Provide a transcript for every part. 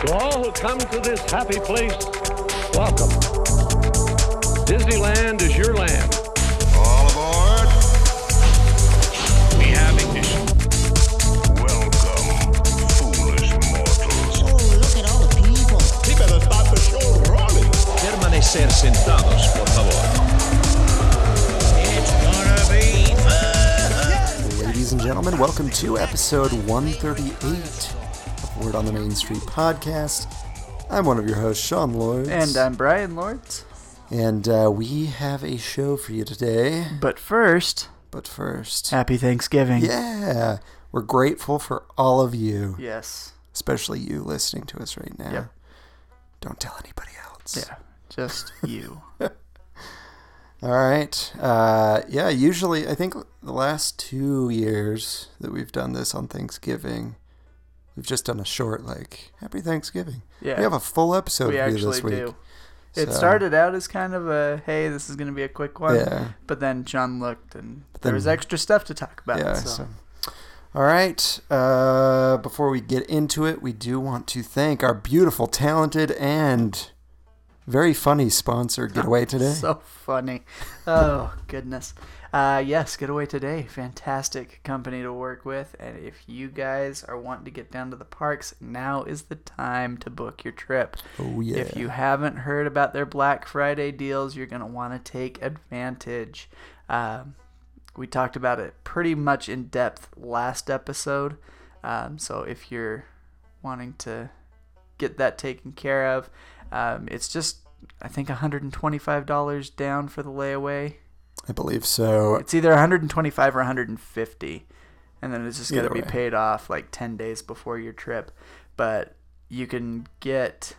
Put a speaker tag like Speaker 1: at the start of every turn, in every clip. Speaker 1: come to this happy place, welcome. Disneyland is your land.
Speaker 2: All aboard. We have ignition. Welcome, foolish mortals.
Speaker 3: Oh, look at all the people.
Speaker 4: Permanecer sentados, por favor.
Speaker 5: Ladies and gentlemen, welcome to episode 138 of Word on the Main Street podcast. I'm one of your hosts, Sean Lloyd.
Speaker 6: And I'm Brian Lords.
Speaker 5: And, uh, we have a show for you today.
Speaker 6: But first,
Speaker 5: But first,
Speaker 6: happy Thanksgiving.
Speaker 5: yeah, we're grateful for all of you,
Speaker 6: Yes.
Speaker 5: especially you listening to us right now.
Speaker 6: Yep.
Speaker 5: Don't tell anybody else.
Speaker 6: Yeah. Just you.
Speaker 5: All right. Uh, yeah, usually, I think the last two years that we've done this on Thanksgiving, we've just done a short, like, Happy Thanksgiving.
Speaker 6: Yeah.
Speaker 5: We have a full episode
Speaker 6: we
Speaker 5: for you
Speaker 6: actually
Speaker 5: this week.
Speaker 6: do. It
Speaker 5: So-
Speaker 6: started out as kind of a hey, this is going to be a quick one.
Speaker 5: Yeah.
Speaker 6: But then John looked and there was
Speaker 5: then-
Speaker 6: extra stuff to talk about.
Speaker 5: Yeah.
Speaker 6: so.
Speaker 5: So. All right. Uh, before we get into it, we do want to thank our beautiful, talented, and very funny sponsor, Getaway Today.
Speaker 6: So funny. Oh, goodness. Uh, yes, Getaway Today. Fantastic company to work with. And if you guys are wanting to get down to the parks, now is the time to book your trip.
Speaker 5: Oh, yeah.
Speaker 6: If you haven't heard about their Black Friday deals, you're going to want to take advantage. Um, we talked about it pretty much in depth last episode. Um, so if you're wanting to get that taken care of, um, it's just, I think, $125 down for the layaway.
Speaker 5: I believe so.
Speaker 6: It's either 125 or 150, and then it's just going
Speaker 5: Either
Speaker 6: to be
Speaker 5: way.
Speaker 6: paid off like 10 days before your trip. But you can get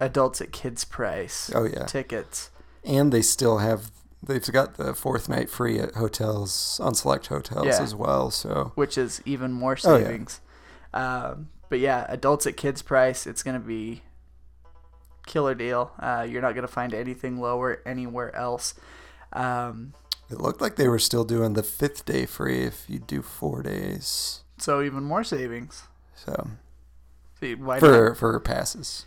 Speaker 6: adults at kids price
Speaker 5: Oh, yeah.
Speaker 6: tickets.
Speaker 5: And they still have, they've got the fourth night free at hotels, on select hotels
Speaker 6: Yeah.
Speaker 5: as well. So,
Speaker 6: which is even more
Speaker 5: Oh, yeah.
Speaker 6: savings. um, but yeah, adults at kids price, it's gonna be killer deal. Uh, you're not gonna find anything lower anywhere else. Um,
Speaker 5: It looked like they were still doing the fifth day free if you do four days.
Speaker 6: so even more savings.
Speaker 5: So
Speaker 6: See, why
Speaker 5: for for passes,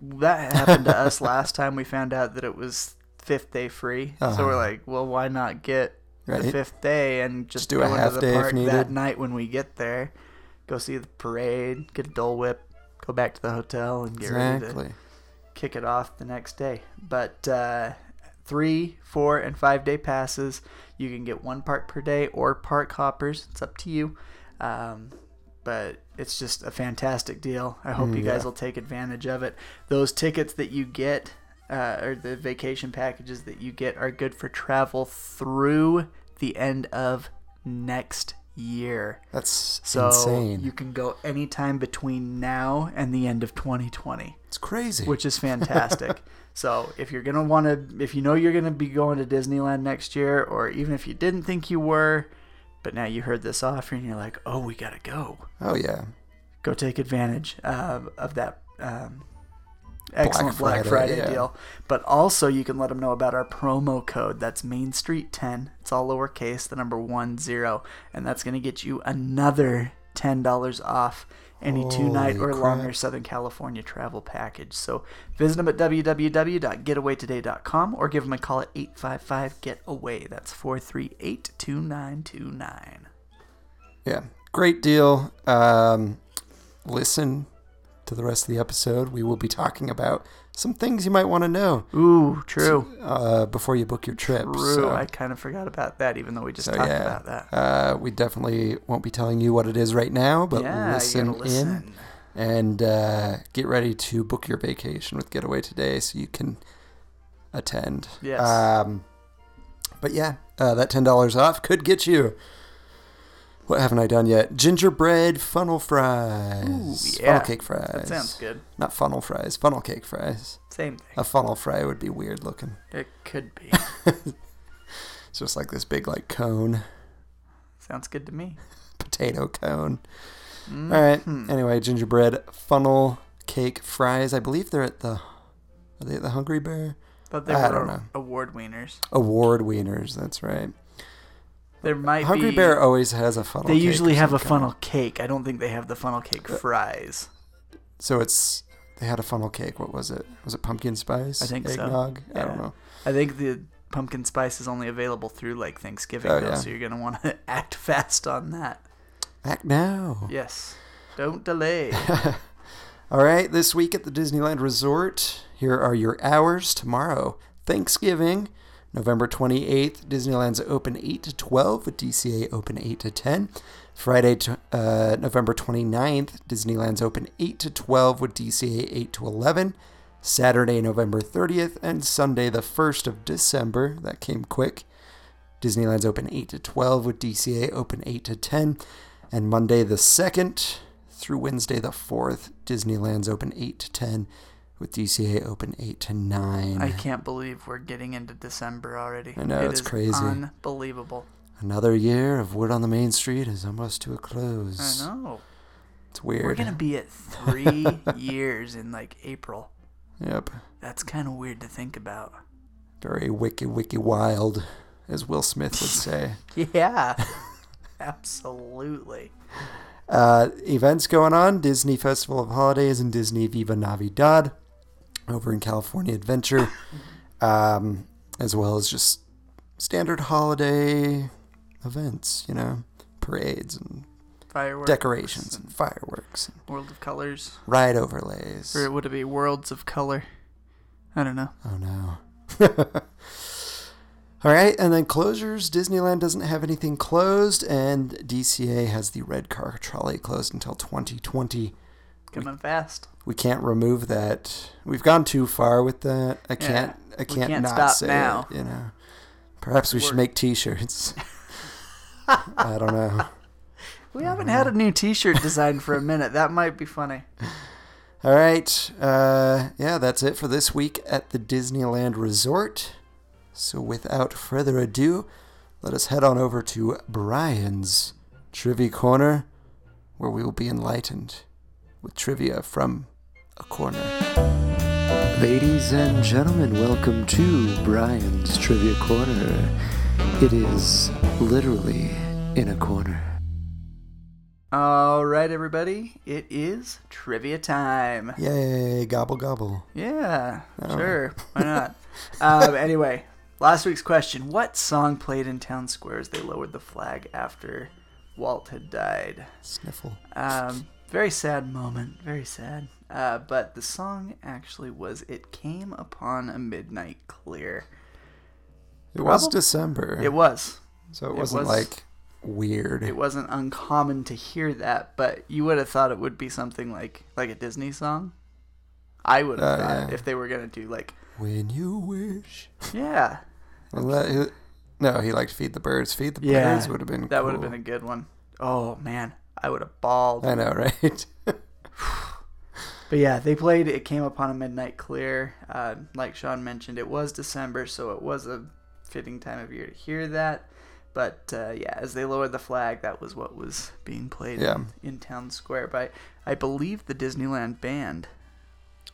Speaker 6: not? that happened to us last time? We found out that it was fifth day free. So we're like, well, why not get the
Speaker 5: Uh-huh. Right.
Speaker 6: fifth day and just,
Speaker 5: do
Speaker 6: go
Speaker 5: a
Speaker 6: into
Speaker 5: half
Speaker 6: the
Speaker 5: day if
Speaker 6: park
Speaker 5: needed.
Speaker 6: that night when we get there? Go see the parade, get a Dole Whip, go back to the hotel, and get ready to
Speaker 5: exactly.
Speaker 6: kick it off the next day. But uh, three, four, and five day passes, you can get one park per day or park hoppers. It's up to you. Um, but it's just a fantastic deal. I hope you guys will take advantage of it. Those tickets that you get, uh, or the vacation packages that you get, are good for travel through the end of next year.
Speaker 5: That's
Speaker 6: So
Speaker 5: insane.
Speaker 6: you can go anytime between now and the end of 2020
Speaker 5: it's crazy.
Speaker 6: which is fantastic. so if you're gonna want to, if you know you're gonna be going to Disneyland next year, or even if you didn't think you were, but now you heard this offer and you're like, oh, we gotta go.
Speaker 5: oh yeah,
Speaker 6: Go take advantage uh, of that um, excellent
Speaker 5: Black
Speaker 6: Black Friday,
Speaker 5: Friday, yeah.
Speaker 6: deal. But also, you can let them know about our promo code. That's Main Street Ten. It's all lowercase, the number one zero, and that's gonna get you another ten dollars off any two night or
Speaker 5: Holy
Speaker 6: longer
Speaker 5: crap.
Speaker 6: Southern California travel package. So visit them at www.getawaytoday.com or give them a call at 855 GETAWAY. That's 438 2929.
Speaker 5: yeah, great deal. Um, listen to the rest of the episode. We will be talking about some things you might want to know
Speaker 6: Ooh, true.
Speaker 5: uh, before you book your trip.
Speaker 6: True.
Speaker 5: So-
Speaker 6: I kind of forgot about that, even though we just
Speaker 5: So
Speaker 6: talked
Speaker 5: yeah,
Speaker 6: about that.
Speaker 5: Uh, we definitely won't be telling you what it is right now, but
Speaker 6: yeah, you
Speaker 5: listen,
Speaker 6: gotta listen.
Speaker 5: in and uh, get ready to book your vacation with Getaway today, so you can attend.
Speaker 6: Yes.
Speaker 5: Um, but yeah, uh, that ten dollars off could get you. What haven't I done yet? Gingerbread funnel fries,
Speaker 6: Ooh, yeah.
Speaker 5: funnel cake fries.
Speaker 6: That sounds good.
Speaker 5: Not funnel fries, funnel cake fries.
Speaker 6: Same thing.
Speaker 5: A funnel fry would be weird looking.
Speaker 6: It could be.
Speaker 5: It's just like this big like cone.
Speaker 6: sounds good to me.
Speaker 5: potato cone. All
Speaker 6: Mm-hmm.
Speaker 5: right. Anyway, gingerbread funnel cake fries. I believe they're at the are they at the Hungry Bear
Speaker 6: But they
Speaker 5: I
Speaker 6: were
Speaker 5: don't know.
Speaker 6: award wieners.
Speaker 5: Award wieners. That's right.
Speaker 6: There might
Speaker 5: Hungry
Speaker 6: be.
Speaker 5: Bear always has a funnel.
Speaker 6: they
Speaker 5: cake
Speaker 6: usually
Speaker 5: of
Speaker 6: have
Speaker 5: some
Speaker 6: a
Speaker 5: kind.
Speaker 6: funnel cake. I don't think they have the funnel cake fries.
Speaker 5: So it's they had a funnel cake. What was it? Was it pumpkin spice?
Speaker 6: I think so.
Speaker 5: eggnog. I don't
Speaker 6: Yeah.
Speaker 5: know.
Speaker 6: I think the pumpkin spice is only available through like Thanksgiving,
Speaker 5: Oh,
Speaker 6: though,
Speaker 5: yeah.
Speaker 6: so you're gonna want to act fast on that.
Speaker 5: Act now.
Speaker 6: Yes, don't delay.
Speaker 5: All right, this week at the Disneyland Resort, here are your hours tomorrow. Thanksgiving, November 28th, Disneyland's open 8 to 12 with DCA open 8 to 10. Friday, t- uh, November 29th, Disneyland's open 8 to 12 with DCA 8 to 11. Saturday, November 30th, and Sunday, the 1st of December. That came quick. Disneyland's open 8 to 12 with DCA open 8 to 10. And Monday the 2nd through Wednesday the 4th, Disneyland's open 8 to 10 with DCA open 8 to 9.
Speaker 6: I can't believe we're getting into December already.
Speaker 5: I know,
Speaker 6: It
Speaker 5: it's
Speaker 6: is
Speaker 5: crazy.
Speaker 6: Unbelievable.
Speaker 5: Another year of Wood on the Main Street is almost to a
Speaker 6: I
Speaker 5: close.
Speaker 6: know.
Speaker 5: It's weird.
Speaker 6: We're gonna be at three years in like April.
Speaker 5: Yep.
Speaker 6: That's kind of weird to think about.
Speaker 5: Very wicky wicky wild, as Will Smith would say.
Speaker 6: Yeah, absolutely.
Speaker 5: uh, events going on Disney Festival of Holidays and Disney Viva Navidad over in California Adventure, um, as well as just standard holiday events, you know, parades and
Speaker 6: Fireworks,
Speaker 5: decorations and fireworks and
Speaker 6: World of Colors,
Speaker 5: ride overlays.
Speaker 6: or would it be Worlds of Color? I don't know.
Speaker 5: Oh no. All right, and then closures. Disneyland doesn't have anything closed, and DCA has the red car trolley closed until 2020.
Speaker 6: Coming fast.
Speaker 5: we can't remove that. We've gone too far with that. I can't. I
Speaker 6: We
Speaker 5: can't,
Speaker 6: can't
Speaker 5: not
Speaker 6: stop
Speaker 5: say
Speaker 6: now.
Speaker 5: It, you know, perhaps we should
Speaker 6: Work.
Speaker 5: make T-shirts. I don't know.
Speaker 6: We haven't had a new T-shirt design for a minute. That might be funny.
Speaker 5: All right. Uh, yeah, that's it for this week at the Disneyland Resort. So without further ado, let us head on over to Brian's Trivia Corner, where we will be enlightened with trivia from a corner. Ladies and gentlemen, welcome to Brian's Trivia Corner. It is literally in a corner.
Speaker 6: All right, everybody. It is trivia time.
Speaker 5: Yay, gobble gobble.
Speaker 6: Yeah, sure. Why not? um, anyway, last week's question: What song played in town squares? They lowered the flag after Walt had died.
Speaker 5: Sniffle.
Speaker 6: Um, very sad moment. Very sad. Uh, but the song actually was "It Came Upon a Midnight Clear."
Speaker 5: It was
Speaker 6: Probably-
Speaker 5: December.
Speaker 6: It was.
Speaker 5: So it
Speaker 6: It
Speaker 5: wasn't
Speaker 6: was-
Speaker 5: like weird.
Speaker 6: It wasn't uncommon to hear that, but you would have thought it would be something like like a Disney song. I would have
Speaker 5: Oh,
Speaker 6: thought
Speaker 5: yeah.
Speaker 6: if they were gonna do like
Speaker 5: when you wish.
Speaker 6: yeah,
Speaker 5: Well, that- no, he liked feed the birds. Feed the
Speaker 6: Yeah,
Speaker 5: birds would have been.
Speaker 6: that would have been a good one. Oh man, I would have bawled.
Speaker 5: I know, right?
Speaker 6: But yeah, they played It Came Upon a Midnight Clear. Uh, like Sean mentioned, it was December, so it was a fitting time of year to hear that. But uh, yeah, as they lowered the flag, that was what was being played
Speaker 5: Yeah.
Speaker 6: in, in Town Square by, I believe, the Disneyland Band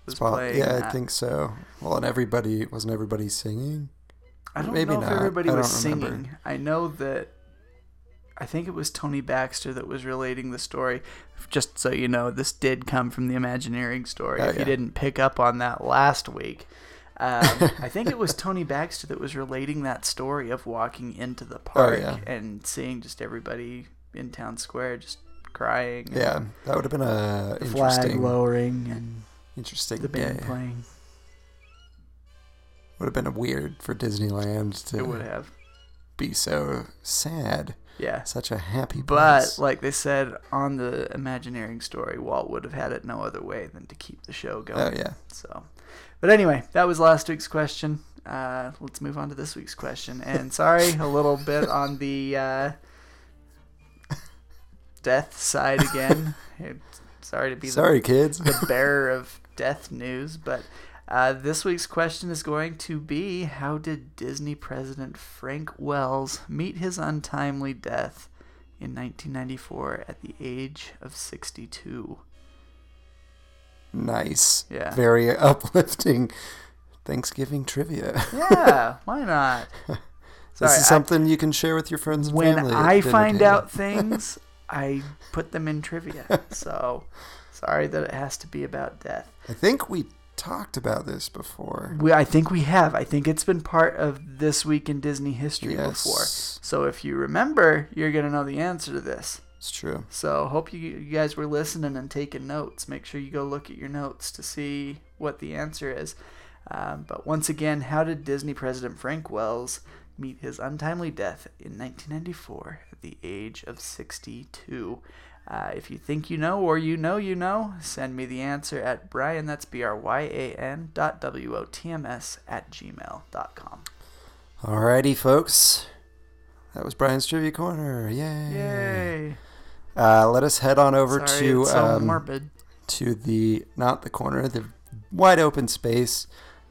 Speaker 6: was
Speaker 5: Well,
Speaker 6: playing.
Speaker 5: yeah, I
Speaker 6: that.
Speaker 5: think so. Well, and everybody wasn't everybody singing.
Speaker 6: I don't
Speaker 5: maybe
Speaker 6: know
Speaker 5: not.
Speaker 6: if everybody
Speaker 5: I
Speaker 6: was
Speaker 5: don't
Speaker 6: singing.
Speaker 5: remember.
Speaker 6: I know that. I think it was Tony Baxter that was relating the story. Just so you know, this did come from the Imagineering story.
Speaker 5: Oh,
Speaker 6: if
Speaker 5: yeah.
Speaker 6: you didn't pick up on that last week, um, I think it was Tony Baxter that was relating that story of walking into the park
Speaker 5: Oh, yeah.
Speaker 6: and seeing just everybody in town square just crying. and
Speaker 5: Yeah, that would have been a
Speaker 6: the flag
Speaker 5: interesting,
Speaker 6: lowering and
Speaker 5: interesting
Speaker 6: the band
Speaker 5: day.
Speaker 6: playing.
Speaker 5: Would have been weird for Disneyland
Speaker 6: It would
Speaker 5: to
Speaker 6: have,
Speaker 5: be so sad.
Speaker 6: yeah.
Speaker 5: Such a happy
Speaker 6: But
Speaker 5: place.
Speaker 6: like they said on the Imagineering story, Walt would have had it no other way than to keep the show
Speaker 5: oh
Speaker 6: going.
Speaker 5: yeah,
Speaker 6: So, but anyway, that was last week's question. Uh, let's move on to this week's question. And sorry, a little bit on the uh, death side again. It- sorry to be the
Speaker 5: sorry kids.
Speaker 6: the bearer of death news, but uh, this week's question is going to be How did Disney president Frank Wells meet his untimely death in 1994 at the age of 62?
Speaker 5: nice.
Speaker 6: Yeah.
Speaker 5: Very uplifting Thanksgiving trivia.
Speaker 6: Yeah, why not?
Speaker 5: This
Speaker 6: Sorry,
Speaker 5: is
Speaker 6: I-
Speaker 5: something you can share with your friends and
Speaker 6: when
Speaker 5: family. at
Speaker 6: I
Speaker 5: dinner
Speaker 6: find
Speaker 5: table.
Speaker 6: out things, I put them in trivia. so sorry that it has to be about death.
Speaker 5: I think we talked about this before.
Speaker 6: We, I think we have. I think it's been part of this week in Disney history before.
Speaker 5: Yes.
Speaker 6: So if you remember, you're gonna know the answer to this.
Speaker 5: It's true.
Speaker 6: So hope you, you guys were listening and taking notes. Make sure you go look at your notes to see what the answer is. Um, but once again, how did Disney president Frank Wells meet his untimely death in 1994 at the age of 62? Uh, if you think you know or you know you know, send me the answer at Brian, that's B-R-Y-A-N dot W-O-T-M-S at gmail dot com.
Speaker 5: Alrighty, folks. That was Brian's Trivia Corner. Yay.
Speaker 6: Yay!
Speaker 5: Uh, let us head on over
Speaker 6: Sorry,
Speaker 5: to
Speaker 6: it's so
Speaker 5: um,
Speaker 6: morbid.
Speaker 5: to the not the corner, the wide open space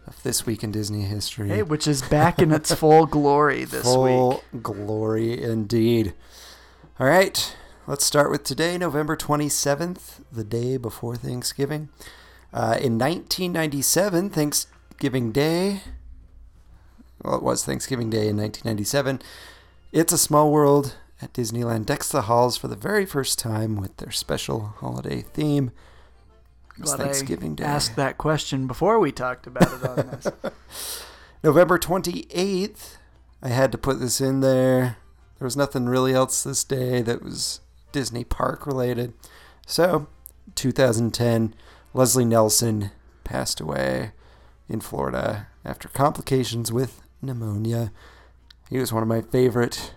Speaker 5: of this week in Disney history.
Speaker 6: Hey, which is back in its full glory this
Speaker 5: Full
Speaker 6: week.
Speaker 5: glory indeed. All right, let's start with today, November 27th, the day before Thanksgiving. Uh, in 1997, Thanksgiving Day, well, it was Thanksgiving Day in 1997, It's a Small World at Disneyland decks the halls for the very first time with their special holiday theme. It was
Speaker 6: Glad
Speaker 5: Thanksgiving Day.
Speaker 6: I asked that question before we talked about it on this.
Speaker 5: November 28th, I had to put this in there. There was nothing really else this day that was Disney park related. So, 2010, Leslie Nelson passed away in Florida after complications with pneumonia. He was one of my favorite.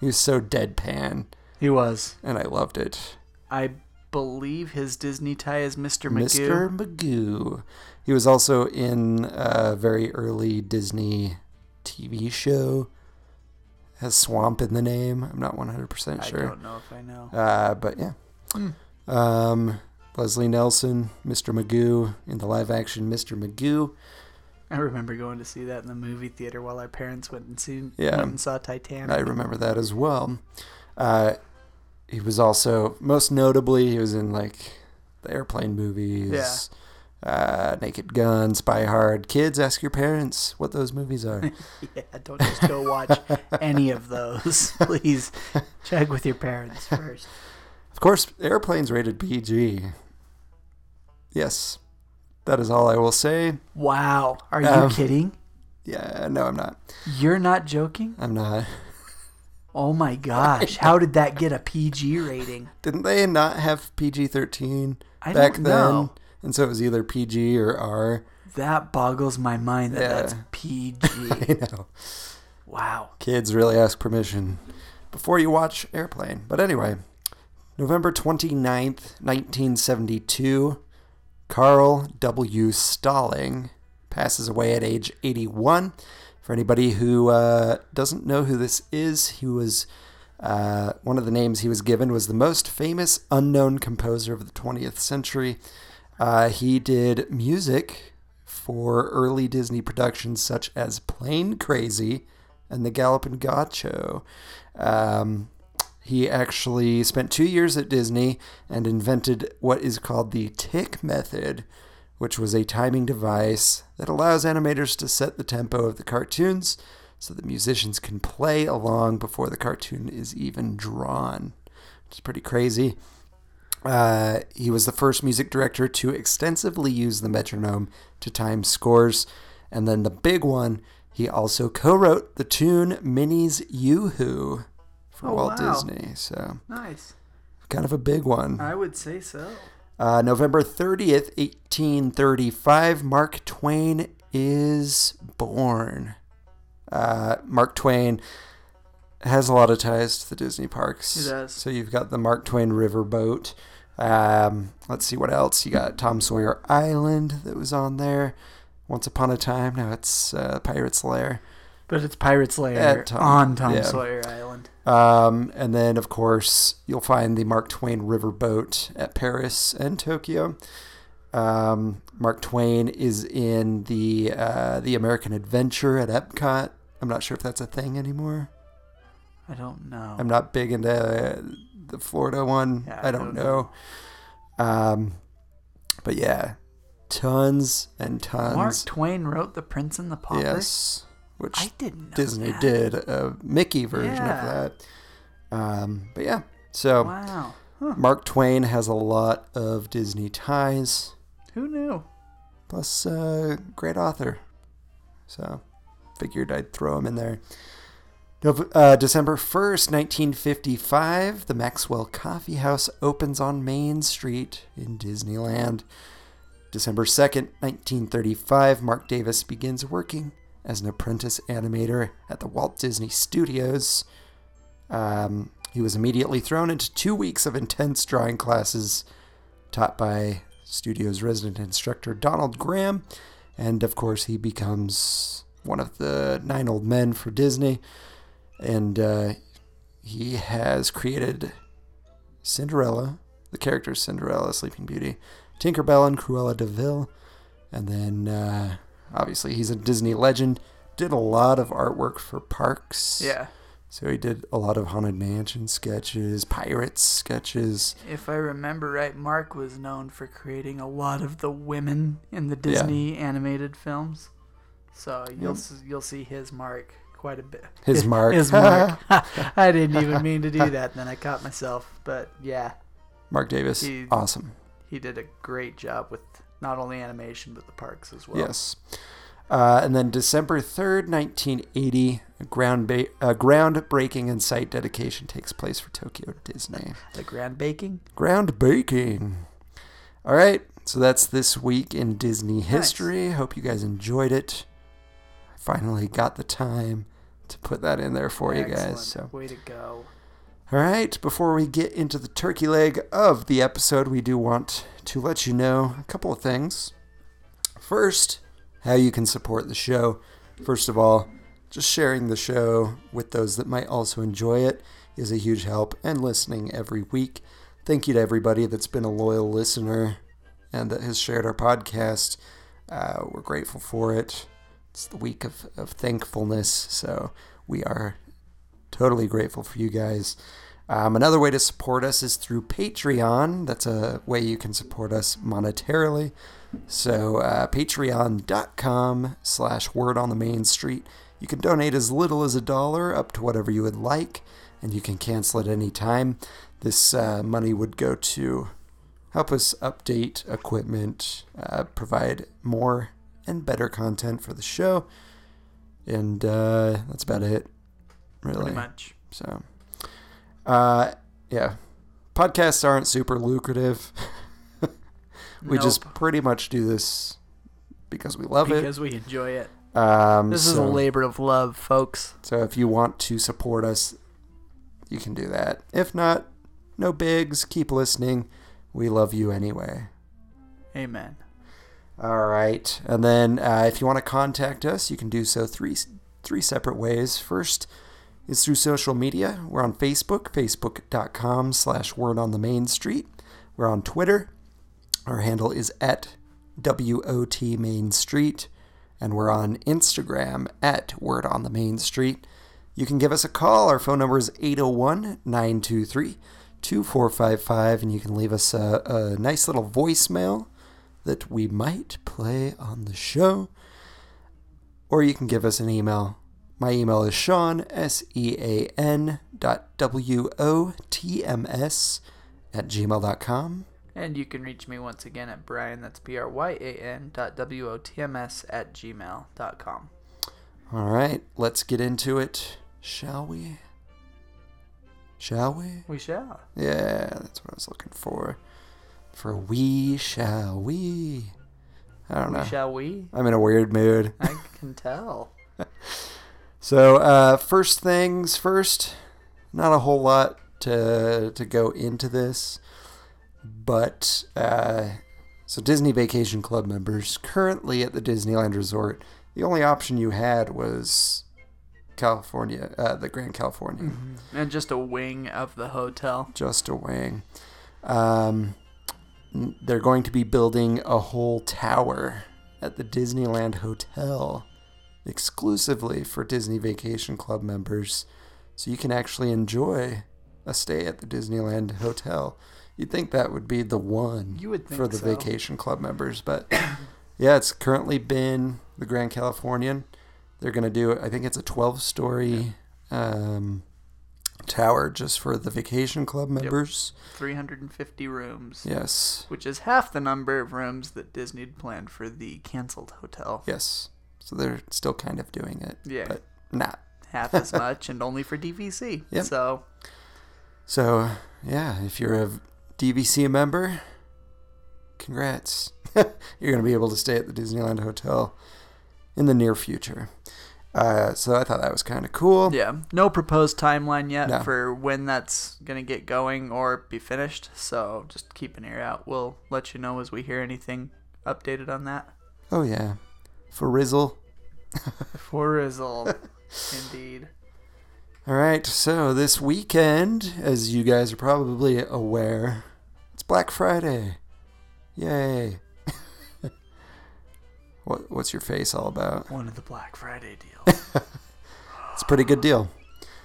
Speaker 5: He was so deadpan,
Speaker 6: he was.
Speaker 5: and I loved it.
Speaker 6: I believe his Disney tie is Mr. Magoo.
Speaker 5: Mr. Magoo. He was also in a very early Disney TV show. Has swamp in the name. I'm not 100%
Speaker 6: I
Speaker 5: sure.
Speaker 6: don't know if I know. Hmm.
Speaker 5: Uh, but yeah. Um, Leslie Nelson, Mr. Magoo in the live action Mr. Magoo.
Speaker 6: I remember going to see that in the movie theater while our parents went and seen
Speaker 5: Yeah.
Speaker 6: went and saw Titanic.
Speaker 5: I remember that as well. Uh, he was also most notably he was in like the airplane movies, uh, Naked Gun, Spy Hard. Kids, ask your parents what those movies are.
Speaker 6: Yeah, don't just go watch any of those. Please check with your parents first.
Speaker 5: of course, airplanes rated PG. Yes, that is all I will say.
Speaker 6: Wow, are you
Speaker 5: Um,
Speaker 6: kidding?
Speaker 5: Yeah, no, I'm not.
Speaker 6: You're not joking?
Speaker 5: I'm not.
Speaker 6: Oh my gosh, how did that get a PG rating?
Speaker 5: Didn't they not have PG 13
Speaker 6: I
Speaker 5: back
Speaker 6: don't
Speaker 5: then?
Speaker 6: know.
Speaker 5: And so it was either PG or R.
Speaker 6: That boggles my mind that
Speaker 5: Yeah.
Speaker 6: that's PG.
Speaker 5: I know.
Speaker 6: wow.
Speaker 5: Kids really ask permission before you watch Airplane. But anyway, November 29th, 1972, Carl W. Stalling passes away at age 81. For anybody who uh, doesn't know who this is, he was uh, one of the names he was given was the most famous unknown composer of the 20th century. Uh, he did music for early Disney productions such as Plain Crazy and The Gallopin' Gaucho. Um, he actually spent two years at Disney and invented what is called the tick method, which was a timing device that allows animators to set the tempo of the cartoons so that musicians can play along before the cartoon is even drawn. It's pretty crazy. Uh, he was the first music director to extensively use the metronome to time scores. And then the big one, he also co wrote the tune Minnie's Yoo Hoo for
Speaker 6: Oh,
Speaker 5: Walt
Speaker 6: wow.
Speaker 5: Disney. So
Speaker 6: Nice.
Speaker 5: kind of a big one.
Speaker 6: I would say so.
Speaker 5: Uh, November 30th, 1835, Mark Twain is born. Uh, Mark Twain has a lot of ties to the Disney parks.
Speaker 6: He does.
Speaker 5: So you've got the Mark Twain Riverboat. Um, let's see what else. You got Tom Sawyer Island that was on there once upon a time. Now it's uh, Pirate's Lair.
Speaker 6: But it's Pirates Lair
Speaker 5: At Tom-
Speaker 6: on Tom
Speaker 5: yeah.
Speaker 6: Sawyer Island.
Speaker 5: Um, and then, of course, you'll find the Mark Twain Riverboat at Paris and Tokyo. Um, Mark Twain is in the uh, the American Adventure at Epcot. I'm not sure if that's a thing anymore.
Speaker 6: I don't know.
Speaker 5: I'm not big into uh, the Florida one.
Speaker 6: Yeah,
Speaker 5: I don't know. Um, but yeah, tons and
Speaker 6: Mark
Speaker 5: tons.
Speaker 6: Twain wrote The Prince and the Pauper.
Speaker 5: yes, which
Speaker 6: I didn't know
Speaker 5: Disney
Speaker 6: that.
Speaker 5: did a Mickey version
Speaker 6: Yeah.
Speaker 5: of that. Um, but yeah, So
Speaker 6: Wow.
Speaker 5: Mark Twain has a lot of Disney ties,
Speaker 6: Who knew?
Speaker 5: plus uh, great author. So figured I'd throw him in there. Nov- uh, December 1st, 1955, the Maxwell Coffee House opens on Main Street in Disneyland. December 2nd, 1935, Mark Davis begins working as an apprentice animator at the Walt Disney Studios. Um, he was immediately thrown into two weeks of intense drawing classes taught by studio's resident instructor Donald Graham. And of course, he becomes one of the nine old men for Disney. And uh, he has created Cinderella, the characters Cinderella, Sleeping Beauty, Tinkerbell, and Cruella de Vil. And then uh, obviously, he's a Disney legend. Did a lot of artwork for parks.
Speaker 6: Yeah.
Speaker 5: So he did a lot of Haunted Mansion sketches, Pirates sketches.
Speaker 6: If I remember right, Mark was known for creating a lot of the women in the Disney animated films. So you'll s- you'll see his mark quite a bit.
Speaker 5: His mark.
Speaker 6: His mark. I didn't even mean to do that, and then I caught myself. But yeah,
Speaker 5: Mark Davis.
Speaker 6: He-
Speaker 5: awesome.
Speaker 6: he did a great job with not only animation but the parks as well.
Speaker 5: Yes. Uh, and then December 3rd, 1980, a ground ba- a groundbreaking and site dedication takes place for Tokyo Disney.
Speaker 6: The grand baking.
Speaker 5: Groundbreaking. All right. So that's this week in Disney history. Hope you guys enjoyed it. I finally got the time to put that in there for you
Speaker 6: Excellent.
Speaker 5: guys. So.
Speaker 6: Way to go.
Speaker 5: All right, before we get into the turkey leg of the episode, we do want to let you know a couple of things. First, how you can support the show. First of all, just sharing the show with those that might also enjoy it is a huge help, and listening every week. Thank you to everybody that's been a loyal listener and that has shared our podcast. Uh, we're grateful for it. It's the week of, of thankfulness, so we are totally grateful for you guys. Um, another way to support us is through Patreon. That's a way you can support us monetarily. So uh, patreon.com slash word on the main street. You can donate as little as a dollar up to whatever you would like, and you can cancel at any time. This uh, money would go to help us update equipment, uh, provide more and better content for the show. And uh, that's about it, really.
Speaker 6: Pretty much.
Speaker 5: So, uh, yeah, podcasts aren't super lucrative. we
Speaker 6: Nope.
Speaker 5: just pretty much do this because we love
Speaker 6: because we enjoy it.
Speaker 5: it. Um,
Speaker 6: This is a
Speaker 5: so-
Speaker 6: labor of love, folks.
Speaker 5: So if you want to support us, you can do that. If not, no bigs. Keep listening. We love you anyway.
Speaker 6: Amen.
Speaker 5: All right. And then uh, if you want to contact us, you can do so three three separate ways. First is through social media. We're on Facebook, facebook.com slash word on the main street. We're on Twitter. Our handle is at WOT Main Street. And we're on Instagram at Word on the Main Street. You can give us a call. Our phone number is 801 923 2455. And you can leave us a, a nice little voicemail that we might play on the show. Or you can give us an email. My email is Sean, S E A N dot W O T M S at gmail.com.
Speaker 6: And you can reach me once again at Brian, that's B R Y A N dot W O T M S at gmail dot com.
Speaker 5: All right, let's get into it, shall we? Shall we?
Speaker 6: We shall.
Speaker 5: Yeah, that's what I was looking for. For we shall we. I don't know.
Speaker 6: Shall we?
Speaker 5: I'm in a weird mood.
Speaker 6: I can tell.
Speaker 5: So uh, first things first, not a whole lot to to go into this, but uh, so Disney Vacation Club members currently at the Disneyland Resort, the only option you had was California, uh, the Grand California,
Speaker 6: And just a wing of the hotel.
Speaker 5: just a wing. Um, n- they're going to be building a whole tower at the Disneyland Hotel exclusively for Disney Vacation Club members, so you can actually enjoy a stay at the Disneyland Hotel. You'd think that would be the one
Speaker 6: You would think
Speaker 5: for the
Speaker 6: so.
Speaker 5: Vacation Club members, but yeah, it's currently been the Grand Californian. They're going to do, I think it's a 12 story um, tower just for the vacation club members.
Speaker 6: 350 rooms,
Speaker 5: Yes.
Speaker 6: which is half the number of rooms that Disney had planned for the canceled hotel.
Speaker 5: Yes. So they're still kind of doing it.
Speaker 6: Yeah.
Speaker 5: But not.
Speaker 6: Half as much and only for DVC.
Speaker 5: Yep.
Speaker 6: So,
Speaker 5: So, yeah, if you're a DVC member, congrats. you're going to be able to stay at the Disneyland Hotel in the near future. Uh, so I thought that was kind of cool.
Speaker 6: yeah, no proposed timeline yet
Speaker 5: No.
Speaker 6: for when that's going to get going or be finished. So, just keep an ear out. We'll let you know as we hear anything updated on that.
Speaker 5: Oh, yeah. For Rizzle.
Speaker 6: For Rizzle. Indeed.
Speaker 5: All right, so this weekend, as you guys are probably aware, it's Black Friday. Yay. what, what's your face all about?
Speaker 6: One of the Black Friday deals.
Speaker 5: It's a pretty good deal.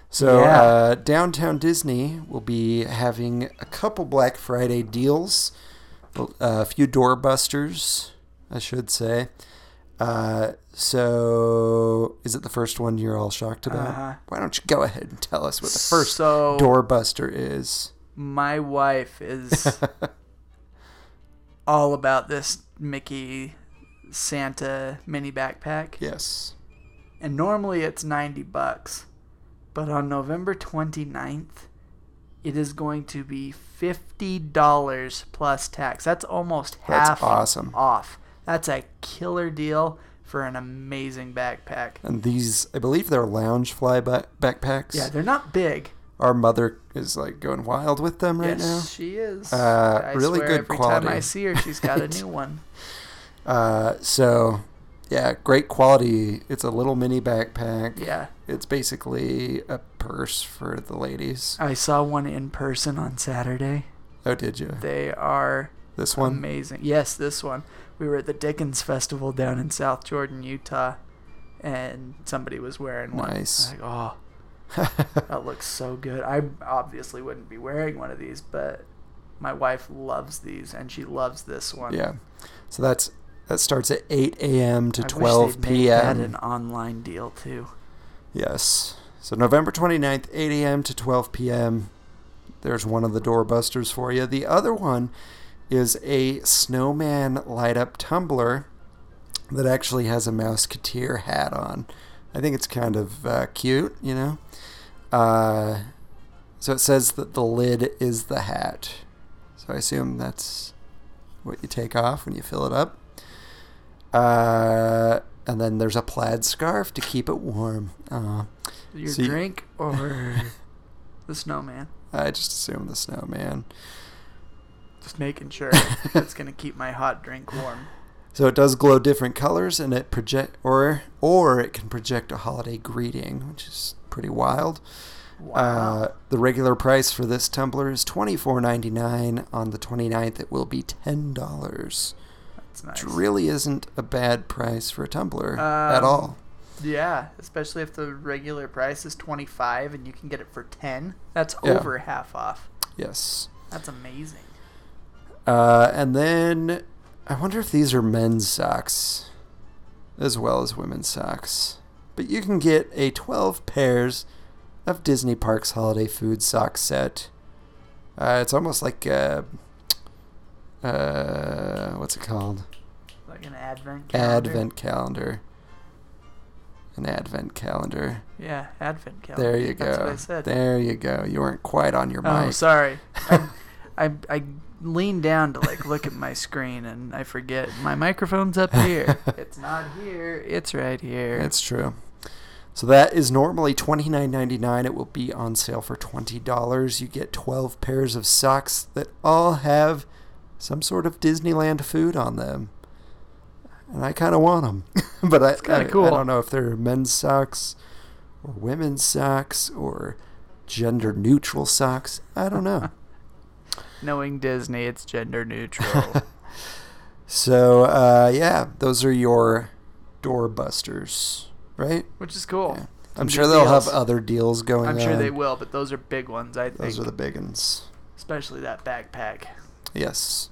Speaker 5: So,
Speaker 6: Yeah.
Speaker 5: uh, Downtown Disney will be having a couple Black Friday deals, uh, a few doorbusters, I should say. Uh, so, is it the first one you're all shocked about?
Speaker 6: Uh-huh.
Speaker 5: Why don't you go ahead and tell us what the first
Speaker 6: so,
Speaker 5: doorbuster is?
Speaker 6: my wife is all about this Mickey Santa mini backpack.
Speaker 5: Yes.
Speaker 6: And normally it's 90 bucks. But on November 29th, it is going to be $50 plus tax. That's almost
Speaker 5: That's
Speaker 6: half
Speaker 5: awesome.
Speaker 6: off. That's a killer deal for an amazing backpack.
Speaker 5: And these, I believe they're lounge fly ba- backpacks.
Speaker 6: Yeah, they're not big.
Speaker 5: Our mother is like going wild with them right now.
Speaker 6: yes, she is.
Speaker 5: Uh,
Speaker 6: I
Speaker 5: really
Speaker 6: swear
Speaker 5: good
Speaker 6: every time I
Speaker 5: quality.
Speaker 6: see her, she's got a new one.
Speaker 5: Uh, so, yeah, great quality. It's a little mini backpack.
Speaker 6: Yeah.
Speaker 5: It's basically a purse for the ladies.
Speaker 6: I saw one in person on Saturday.
Speaker 5: Oh, did you?
Speaker 6: They are
Speaker 5: This one?
Speaker 6: amazing. Yes, this one. We were at the Dickens Festival down in South Jordan, Utah, and somebody was wearing one.
Speaker 5: Nice.
Speaker 6: I'm like, oh, that looks so good. I obviously wouldn't be wearing one of these, but my wife loves these, and she loves this one.
Speaker 5: Yeah. So that's that starts at 8 a.m. to
Speaker 6: I
Speaker 5: 12
Speaker 6: wish they'd make that
Speaker 5: p.m.
Speaker 6: an online deal too.
Speaker 5: Yes. So November 29th, 8 a.m. to 12 p.m. There's one of the doorbusters for you. The other one is a snowman light up tumbler that actually has a Mouseketeer hat on. I think it's kind of uh, cute, you know? Uh, so it says that the lid is the hat. So I assume that's what you take off when you fill it up. Uh, and then there's a plaid scarf to keep it warm. Aw.
Speaker 6: Your
Speaker 5: So you-
Speaker 6: drink or the snowman?
Speaker 5: I just assume the snowman.
Speaker 6: Just making sure that's gonna keep my hot drink warm.
Speaker 5: So it does glow different colors, and it project or or it can project a holiday greeting, which is pretty wild.
Speaker 6: Wow.
Speaker 5: Uh, the regular price for this tumbler is twenty four ninety nine. On the 29th, it will be ten dollars.
Speaker 6: that's nice.
Speaker 5: Which really isn't a bad price for a tumbler at
Speaker 6: Um,
Speaker 5: all.
Speaker 6: Yeah, especially if the regular price is 25 and you can get it for 10. That's
Speaker 5: Yeah.
Speaker 6: over half off.
Speaker 5: Yes.
Speaker 6: That's amazing.
Speaker 5: Uh, and then I wonder if these are men's socks as well as women's socks. But you can get a 12 pairs of Disney Parks holiday food sock set. Uh, it's almost like uh, uh, what's it called?
Speaker 6: Like an advent calendar.
Speaker 5: Advent calendar. An advent calendar.
Speaker 6: Yeah, advent calendar.
Speaker 5: There you go.
Speaker 6: Oh, That's what I said.
Speaker 5: There you go. You weren't quite on your
Speaker 6: oh,
Speaker 5: mic.
Speaker 6: sorry. I, I, I leaned down to like look at my screen and I forget my microphone's up here. it's not here. It's right here.
Speaker 5: That's true. So that is normally twenty nine ninety nine. It will be on sale for twenty dollars. You get twelve pairs of socks that all have some sort of Disneyland food on them, and I kind of want them, but I,
Speaker 6: kinda
Speaker 5: I, I
Speaker 6: cool.
Speaker 5: don't know if they're men's socks or women's socks or gender neutral socks. I don't know.
Speaker 6: Knowing Disney, it's gender neutral.
Speaker 5: so uh, yeah, those are your doorbusters, right?
Speaker 6: which is cool.
Speaker 5: Yeah.
Speaker 6: Some
Speaker 5: I'm
Speaker 6: good
Speaker 5: sure they'll
Speaker 6: deals.
Speaker 5: have other deals going.
Speaker 6: I'm sure they
Speaker 5: on.
Speaker 6: will, but those are big ones, I think.
Speaker 5: Those are the big ones.
Speaker 6: Especially that backpack.
Speaker 5: Yes.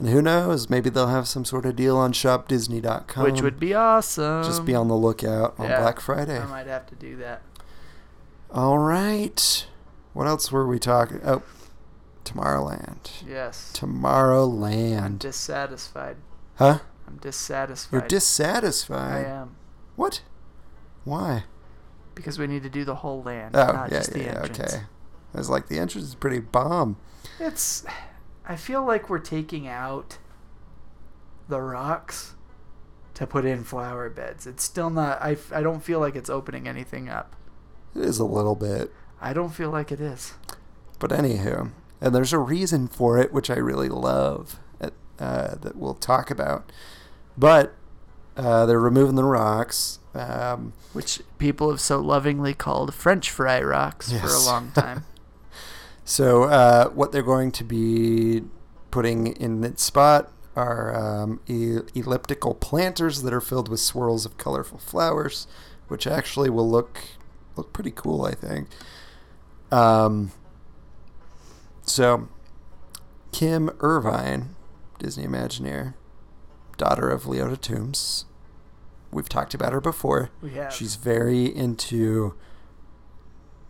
Speaker 5: And who knows? Maybe they'll have some sort of deal on shopdisney.com.
Speaker 6: which would be awesome.
Speaker 5: Um, just be on the lookout on
Speaker 6: Yeah.
Speaker 5: Black Friday.
Speaker 6: I might have to do that.
Speaker 5: All right. What else were we talking? Oh, Tomorrowland.
Speaker 6: Yes. I'm
Speaker 5: Tomorrowland.
Speaker 6: dissatisfied.
Speaker 5: Huh?
Speaker 6: I'm dissatisfied.
Speaker 5: You're
Speaker 6: I
Speaker 5: dissatisfied.
Speaker 6: am.
Speaker 5: What? Why?
Speaker 6: Because we need to do the whole land,
Speaker 5: Oh,
Speaker 6: not
Speaker 5: yeah,
Speaker 6: just the
Speaker 5: yeah, yeah,
Speaker 6: entrance.
Speaker 5: okay. I was like, the entrance is pretty bomb.
Speaker 6: It's. I feel like we're taking out the rocks to put in flower beds. It's still not. I, I don't feel like it's opening anything up.
Speaker 5: It is a little bit.
Speaker 6: I don't feel like it is.
Speaker 5: But anywho, and there's a reason for it, which I really love at, uh, that we'll talk about. But uh, they're removing the rocks. Um,
Speaker 6: Which people have so lovingly called French fry rocks for a
Speaker 5: Yes.
Speaker 6: long time.
Speaker 5: so uh, what they're going to be putting in its spot are um, e- elliptical planters that are filled with swirls of colorful flowers, which actually will look look pretty cool, I think. Um, so Kim Irvine, Disney Imagineer, daughter of Leota Toombs. We've talked about her before.
Speaker 6: We have.
Speaker 5: She's very into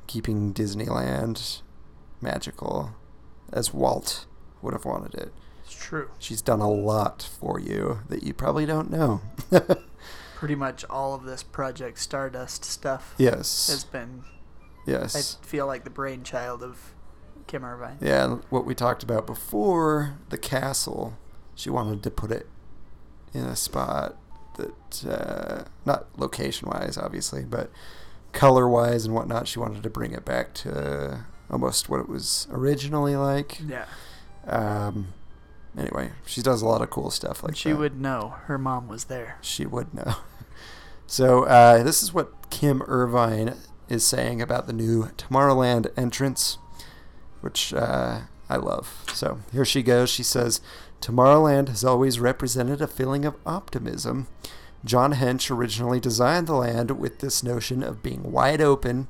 Speaker 5: keeping Disneyland magical as Walt would have wanted it.
Speaker 6: it's true.
Speaker 5: She's done a lot for you that you probably don't know.
Speaker 6: Pretty much all of this Project Stardust stuff has
Speaker 5: yes.
Speaker 6: been. I
Speaker 5: Yes.
Speaker 6: feel like the brainchild of Kim Irvine.
Speaker 5: Yeah, and what we talked about before, the castle, she wanted to put it in a spot that, uh, not location wise, obviously, but color wise and whatnot, she wanted to bring it back to almost what it was originally like.
Speaker 6: Yeah.
Speaker 5: Um, anyway, she does a lot of cool stuff like
Speaker 6: She
Speaker 5: that.
Speaker 6: would know. Her mom was there.
Speaker 5: She would know. So uh, this is what Kim Irvine is saying about the new Tomorrowland entrance, which uh, I love. So here she goes. She says, "Tomorrowland has always represented a feeling of optimism." John Hench originally designed the land with this notion of being wide open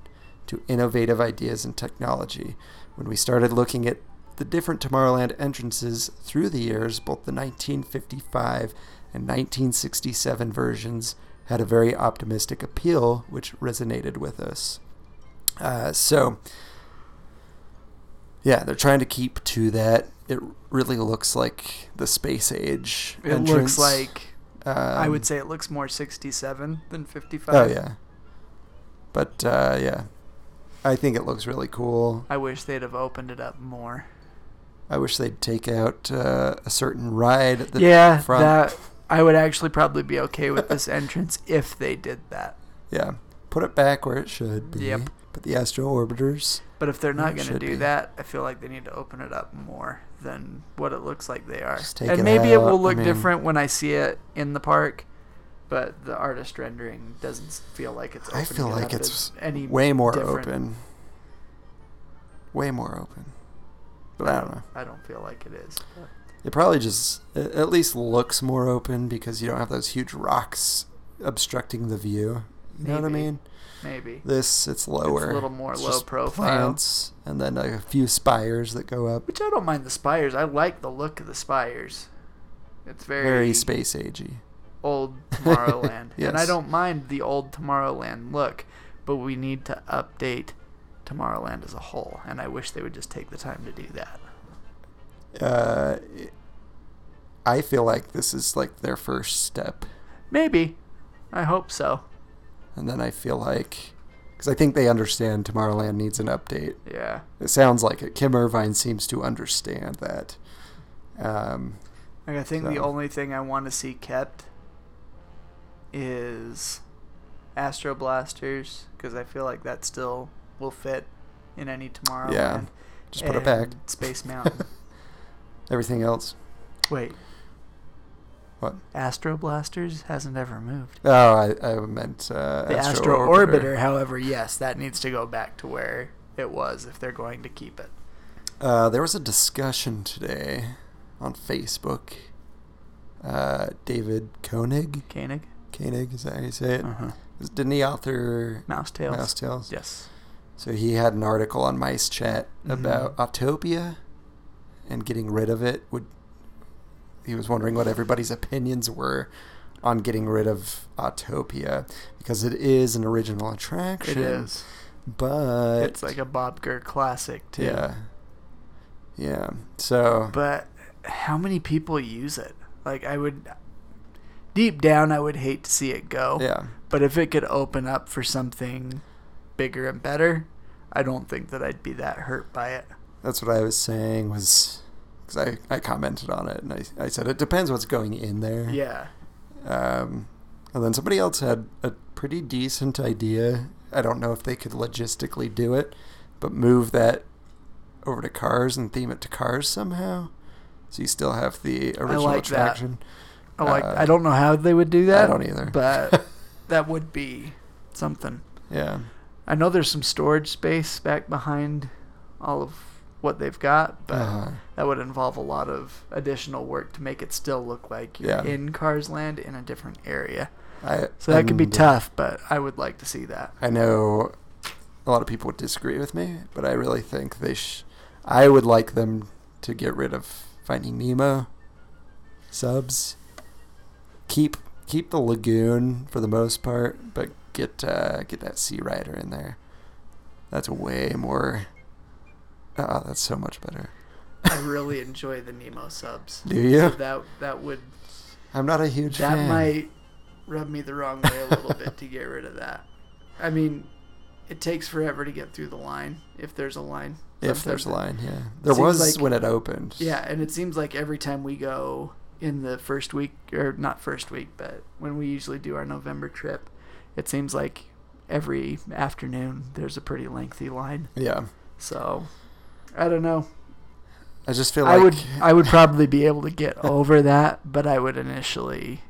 Speaker 5: to innovative ideas and technology. When we started looking at the different Tomorrowland entrances through the years, both the 1955 and 1967 versions had a very optimistic appeal, which resonated with us. Uh, so, yeah, they're trying to keep to that. It really looks like the space age.
Speaker 6: It
Speaker 5: entrance.
Speaker 6: looks like I
Speaker 5: Um,
Speaker 6: would say it looks more 67 than 55.
Speaker 5: Oh yeah. But uh, yeah, I think it looks really cool.
Speaker 6: I wish they'd have opened it up more.
Speaker 5: I wish they'd take out uh, a certain ride at the
Speaker 6: yeah,
Speaker 5: front.
Speaker 6: that I would actually probably be okay with this entrance if they did that.
Speaker 5: Yeah, put it back where it should be.
Speaker 6: Yep.
Speaker 5: Put the astro orbiters.
Speaker 6: But if they're not
Speaker 5: It
Speaker 6: going to
Speaker 5: should
Speaker 6: do
Speaker 5: be.
Speaker 6: that, I feel like they need to open it up more than what it looks like they are.
Speaker 5: Just take
Speaker 6: And
Speaker 5: it
Speaker 6: maybe it
Speaker 5: out,
Speaker 6: will
Speaker 5: I
Speaker 6: look
Speaker 5: mean-
Speaker 6: different when I see it in the park, but the artist rendering doesn't s- feel like it's.
Speaker 5: I
Speaker 6: Opening
Speaker 5: feel
Speaker 6: it
Speaker 5: like
Speaker 6: up
Speaker 5: it's
Speaker 6: as any
Speaker 5: way more
Speaker 6: different-
Speaker 5: open. Way more open. But I don't know.
Speaker 6: I don't feel like it is. but-
Speaker 5: It probably just it at least looks more open because you don't have those huge rocks obstructing the view. You know what I
Speaker 6: Maybe.
Speaker 5: mean?
Speaker 6: Maybe.
Speaker 5: This it's lower.
Speaker 6: little more low
Speaker 5: just
Speaker 6: profile.
Speaker 5: Plants and then a few spires that go up.
Speaker 6: Which I don't mind the spires. I like the look of the spires. It's very,
Speaker 5: Very space agey.
Speaker 6: old Tomorrowland. And I
Speaker 5: Yes.
Speaker 6: don't mind the old Tomorrowland look, but we need to update Tomorrowland as a whole. And I wish they would just take the time to do that.
Speaker 5: Uh, I feel like this is like their first step,
Speaker 6: Maybe. I hope so.
Speaker 5: and then I feel like because I think they understand Tomorrowland needs an update.
Speaker 6: Yeah.
Speaker 5: It sounds like it. Kim Irvine seems to understand that. Um,
Speaker 6: Like I think the
Speaker 5: So-
Speaker 6: only thing I want to see kept is Astro Blasters because I feel like that still will fit in any Tomorrowland.
Speaker 5: yeah, just put it back.
Speaker 6: Oh, and Space Mountain.
Speaker 5: Everything else.
Speaker 6: Wait.
Speaker 5: What?
Speaker 6: Astro Blasters hasn't ever moved.
Speaker 5: Oh, I, I meant uh,
Speaker 6: The Astro Orbiter. however, yes, that needs to go back to where it was if they're going to keep it.
Speaker 5: Uh, there was a discussion today on Facebook. Uh, David Koenig,
Speaker 6: Koenig?
Speaker 5: Koenig is that how you say it?
Speaker 6: Uh-huh.
Speaker 5: Was- Didn't he author
Speaker 6: Mouse Tails?
Speaker 5: Mouse Tales?
Speaker 6: Yes.
Speaker 5: So he had an article on Mice Chat
Speaker 6: Mm-hmm.
Speaker 5: about Autopia and getting rid of it. Would he was wondering what everybody's opinions were on getting rid of Autopia because it is an original attraction.
Speaker 6: It is.
Speaker 5: But
Speaker 6: It's like a Bob Gurr classic too.
Speaker 5: yeah, yeah. So
Speaker 6: But how many people use it? Like I would deep down I would hate to see it go.
Speaker 5: yeah,
Speaker 6: But if it could open up for something bigger and better, I don't think that I'd be that hurt by it.
Speaker 5: that's what I was saying was because I, I commented on it and I, I said it depends what's going in there.
Speaker 6: Yeah.
Speaker 5: Um, and then somebody else had a pretty decent idea. I don't know if they could logistically do it, but move that over to cars and theme it to cars somehow. So you still have the original
Speaker 6: like that.
Speaker 5: attraction.
Speaker 6: I like
Speaker 5: Uh,
Speaker 6: I don't know how they would do that.
Speaker 5: I don't either.
Speaker 6: But that would be something.
Speaker 5: yeah.
Speaker 6: I know there's some storage space back behind all of what they've got, but
Speaker 5: Uh-huh.
Speaker 6: that would involve a lot of additional work to make it still look like you're
Speaker 5: Yeah.
Speaker 6: in Cars Land in a different area.
Speaker 5: I,
Speaker 6: So that could be
Speaker 5: and uh,
Speaker 6: tough, but I would like to see that.
Speaker 5: I know a lot of people would disagree with me, but I really think they sh- I would like them to get rid of Finding Nemo subs. Keep keep the lagoon for the most part, but get uh, get that sea rider in there. That's way more. Oh, that's so much better.
Speaker 6: I really enjoy the Nemo subs.
Speaker 5: Do you?
Speaker 6: So that that would
Speaker 5: I'm not a huge
Speaker 6: that
Speaker 5: fan.
Speaker 6: might rub me the wrong way a little bit to get rid of that. I mean, it takes forever to get through the line if there's a line.
Speaker 5: if there's
Speaker 6: Sometimes
Speaker 5: a
Speaker 6: it-
Speaker 5: line, yeah, there
Speaker 6: seems
Speaker 5: was
Speaker 6: like-
Speaker 5: when it opened.
Speaker 6: Yeah, and it seems like every time we go in the first week, or not first week, but when we usually do our November trip, it seems like every afternoon there's a pretty lengthy line.
Speaker 5: yeah.
Speaker 6: So I don't know.
Speaker 5: I just feel
Speaker 6: I
Speaker 5: like
Speaker 6: would I would probably be able to get over that, but I would initially